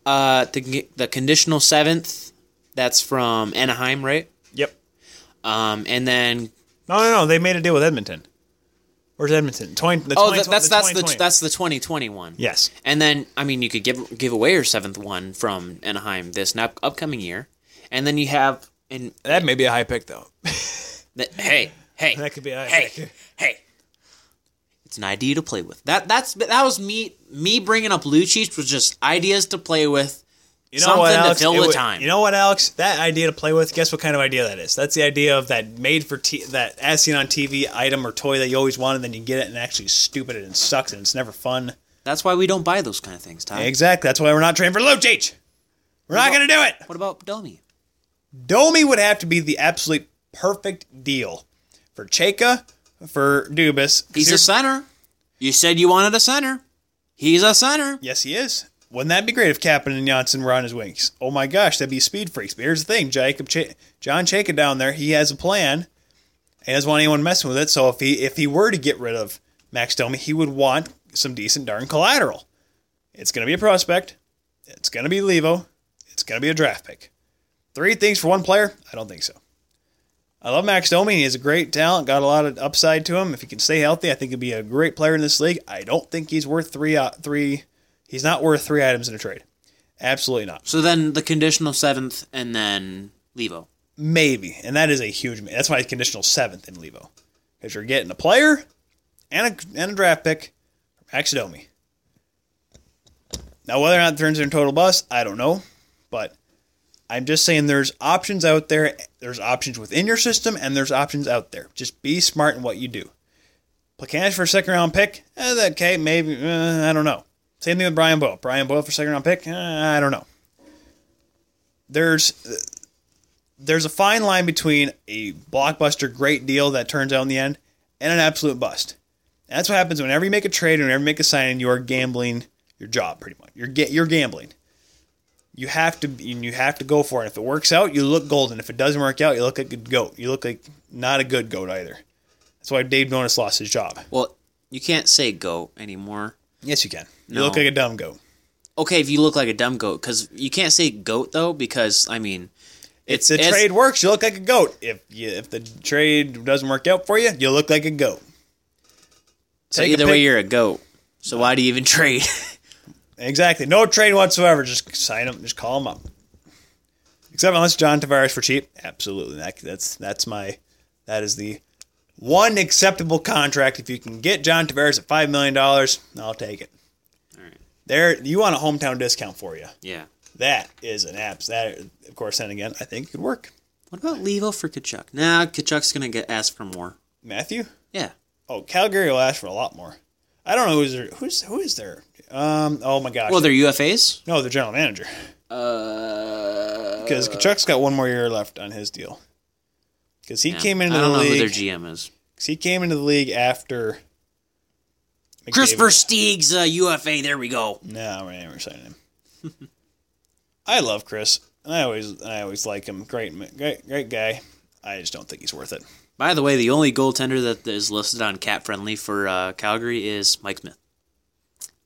Speaker 2: uh, the the conditional seventh, that's from Anaheim, right?
Speaker 1: yep.
Speaker 2: Um, and then
Speaker 1: No, no, no. They made a deal with Edmonton. Where's Edmonton? Twenty. The
Speaker 2: oh,
Speaker 1: 20
Speaker 2: that, that's that's the
Speaker 1: 2020.
Speaker 2: that's the twenty twenty one.
Speaker 1: yes.
Speaker 2: And then, I mean, you could give give away your seventh one from Anaheim this up, upcoming year, and then you have and
Speaker 1: That may be a high pick though.
Speaker 2: th- hey hey
Speaker 1: That could be a high
Speaker 2: hey
Speaker 1: pick.
Speaker 2: hey. It's an idea to play with. That that's that was me me bringing up Lucic was just ideas to play with.
Speaker 1: You know what,
Speaker 2: Something to
Speaker 1: Alex?
Speaker 2: fill
Speaker 1: It
Speaker 2: the
Speaker 1: would-
Speaker 2: time.
Speaker 1: You know what, Alex? That idea to play with. Guess what kind of idea that is? That's the idea of that made for t- that as seen on TV item or toy that you always wanted, then you get it and actually it's stupid and it sucks and it's never fun.
Speaker 2: That's why we don't buy those kind of things, Tom.
Speaker 1: Exactly. That's why we're not training for Lucic. We're not going to do it.
Speaker 2: What about Domi?
Speaker 1: Domi would have to be the absolute perfect deal for Cheka, for Dubas. 'cause
Speaker 2: He's
Speaker 1: you're-
Speaker 2: a center. You said you wanted a center. He's a center.
Speaker 1: Yes, he is. Wouldn't that be great if Kapanen and Janssen were on his wings? Oh my gosh, that'd be speed freaks. But here's the thing, Jacob Ch- John Chaka down there, he has a plan. He doesn't want anyone messing with it. So if he if he were to get rid of Max Domi, he would want some decent darn collateral. It's gonna be a prospect. It's gonna be Levo. It's gonna be a draft pick. Three things for one player? I don't think so. I love Max Domi. He has a great talent, got a lot of upside to him. If he can stay healthy, I think he'd be a great player in this league. I don't think he's worth three uh, three. He's not worth three items in a trade. Absolutely not.
Speaker 2: So then the conditional seventh, and then Levo.
Speaker 1: Maybe, and that is a huge. That's why it's conditional seventh in Levo, because you're getting a player and a and a draft pick from Max Domi. Now, whether or not it turns into a total bust, I don't know, but I'm just saying there's options out there. There's options within your system, and there's options out there. Just be smart in what you do. Placanish for a second round pick, eh, that- okay, Eh, maybe uh, I don't know. Same thing with Brian Boyle. Brian Boyle for second round pick, eh, I don't know. there's there's a fine line between a blockbuster great deal that turns out in the end and an absolute bust. And that's what happens whenever you make a trade, whenever you make a signing, you are gambling your job pretty much. You're get you're gambling. You have to and you have to go for it. If it works out, you look golden. If it doesn't work out, you look like a good goat. You look like not a good goat either. That's why Dave Donis lost his job.
Speaker 2: Well, you can't say goat anymore.
Speaker 1: Yes, you can. You
Speaker 2: No.
Speaker 1: look like a dumb goat.
Speaker 2: Okay, if you look like a dumb goat, because you can't say goat though, because I mean,
Speaker 1: If the trade works, you look like a goat. If you, if the trade doesn't work out for you, you look like a goat.
Speaker 2: So
Speaker 1: Take a
Speaker 2: either way,
Speaker 1: pic-
Speaker 2: you're a goat. So why do you even trade?
Speaker 1: Exactly. No trade whatsoever. Just sign them. Just call them up. Except unless John Tavares for cheap. Absolutely. That, that's that's my that is the one acceptable contract. If you can get John Tavares at five million dollars, I'll take it. There, you want a hometown discount for you.
Speaker 2: yeah.
Speaker 1: That is an abs. That, of course, then again, I think it could work.
Speaker 2: What about Levo for Kachuk? Nah, Kachuk's gonna get asked for more.
Speaker 1: Matthew,
Speaker 2: Yeah.
Speaker 1: Oh, Calgary will ask for a lot more. I don't know who's there. Who's who is there? Um. Oh my gosh.
Speaker 2: Well, they're UFAs.
Speaker 1: no, the general manager.
Speaker 2: Uh,
Speaker 1: Because Kachuk's got one more year left on his deal. Because he came into
Speaker 2: I don't
Speaker 1: the
Speaker 2: know who their
Speaker 1: league.
Speaker 2: GM is.
Speaker 1: 'cause he came into the league after. McDavid.
Speaker 2: Chris Versteeg's uh, UFA. There we go.
Speaker 1: No, we're never signing him. I love Chris. and I always, I always like him. Great, ma- great, great guy. I just don't think he's worth it.
Speaker 2: By the way, the only goaltender that is listed on cap friendly for uh, Calgary is Mike Smith.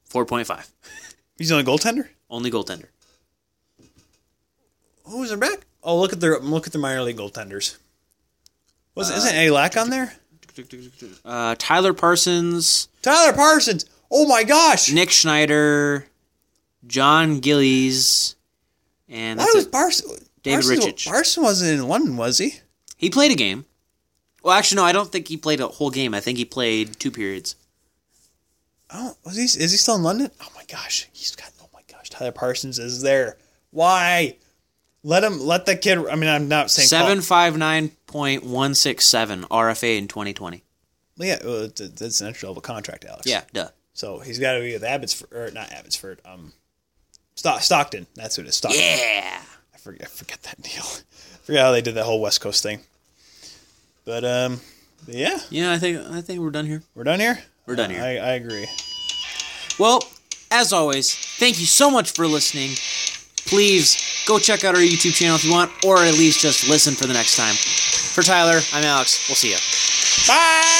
Speaker 2: Four point five.
Speaker 1: He's the only goaltender.
Speaker 2: Only goaltender.
Speaker 1: Who was their back? Oh, look at their look at their minor league goaltenders. Was isn't Alak on there?
Speaker 2: Uh, Tyler Parsons,
Speaker 1: Tyler Parsons. Oh my gosh!
Speaker 2: Nick Schneider, John Gillies, and
Speaker 1: Why
Speaker 2: that's
Speaker 1: was
Speaker 2: it.
Speaker 1: Parsons?
Speaker 2: David
Speaker 1: Parsons,
Speaker 2: Rittich.
Speaker 1: Parsons wasn't in London, was he?
Speaker 2: He played a game. Well, actually, no, I don't think he played a whole game. I think he played two periods.
Speaker 1: Oh, was he? Is he still in London? Oh my gosh, he's got. Oh my gosh, Tyler Parsons is there. Why? Let him. Let the kid. I mean, I'm not saying
Speaker 2: Seven five nine point one six seven RFA in twenty twenty.
Speaker 1: Call, yeah, well, it's, it's an entry level contract, Alex.
Speaker 2: Yeah, duh.
Speaker 1: So he's got to be with Abbotsford or not Abbotsford. Um, Stock, Stockton. That's what it is. Stockton.
Speaker 2: Yeah.
Speaker 1: I forget. I forget that deal. I forget how they did that whole West Coast thing. But um, yeah,
Speaker 2: Yeah, I think I think we're done here.
Speaker 1: we're done here.
Speaker 2: We're done here.
Speaker 1: I, I agree.
Speaker 2: Well, as always, thank you so much for listening. Please go check out our YouTube channel if you want, or at least just listen for the next time. For Tyler, I'm Alex. We'll see ya.
Speaker 1: Bye.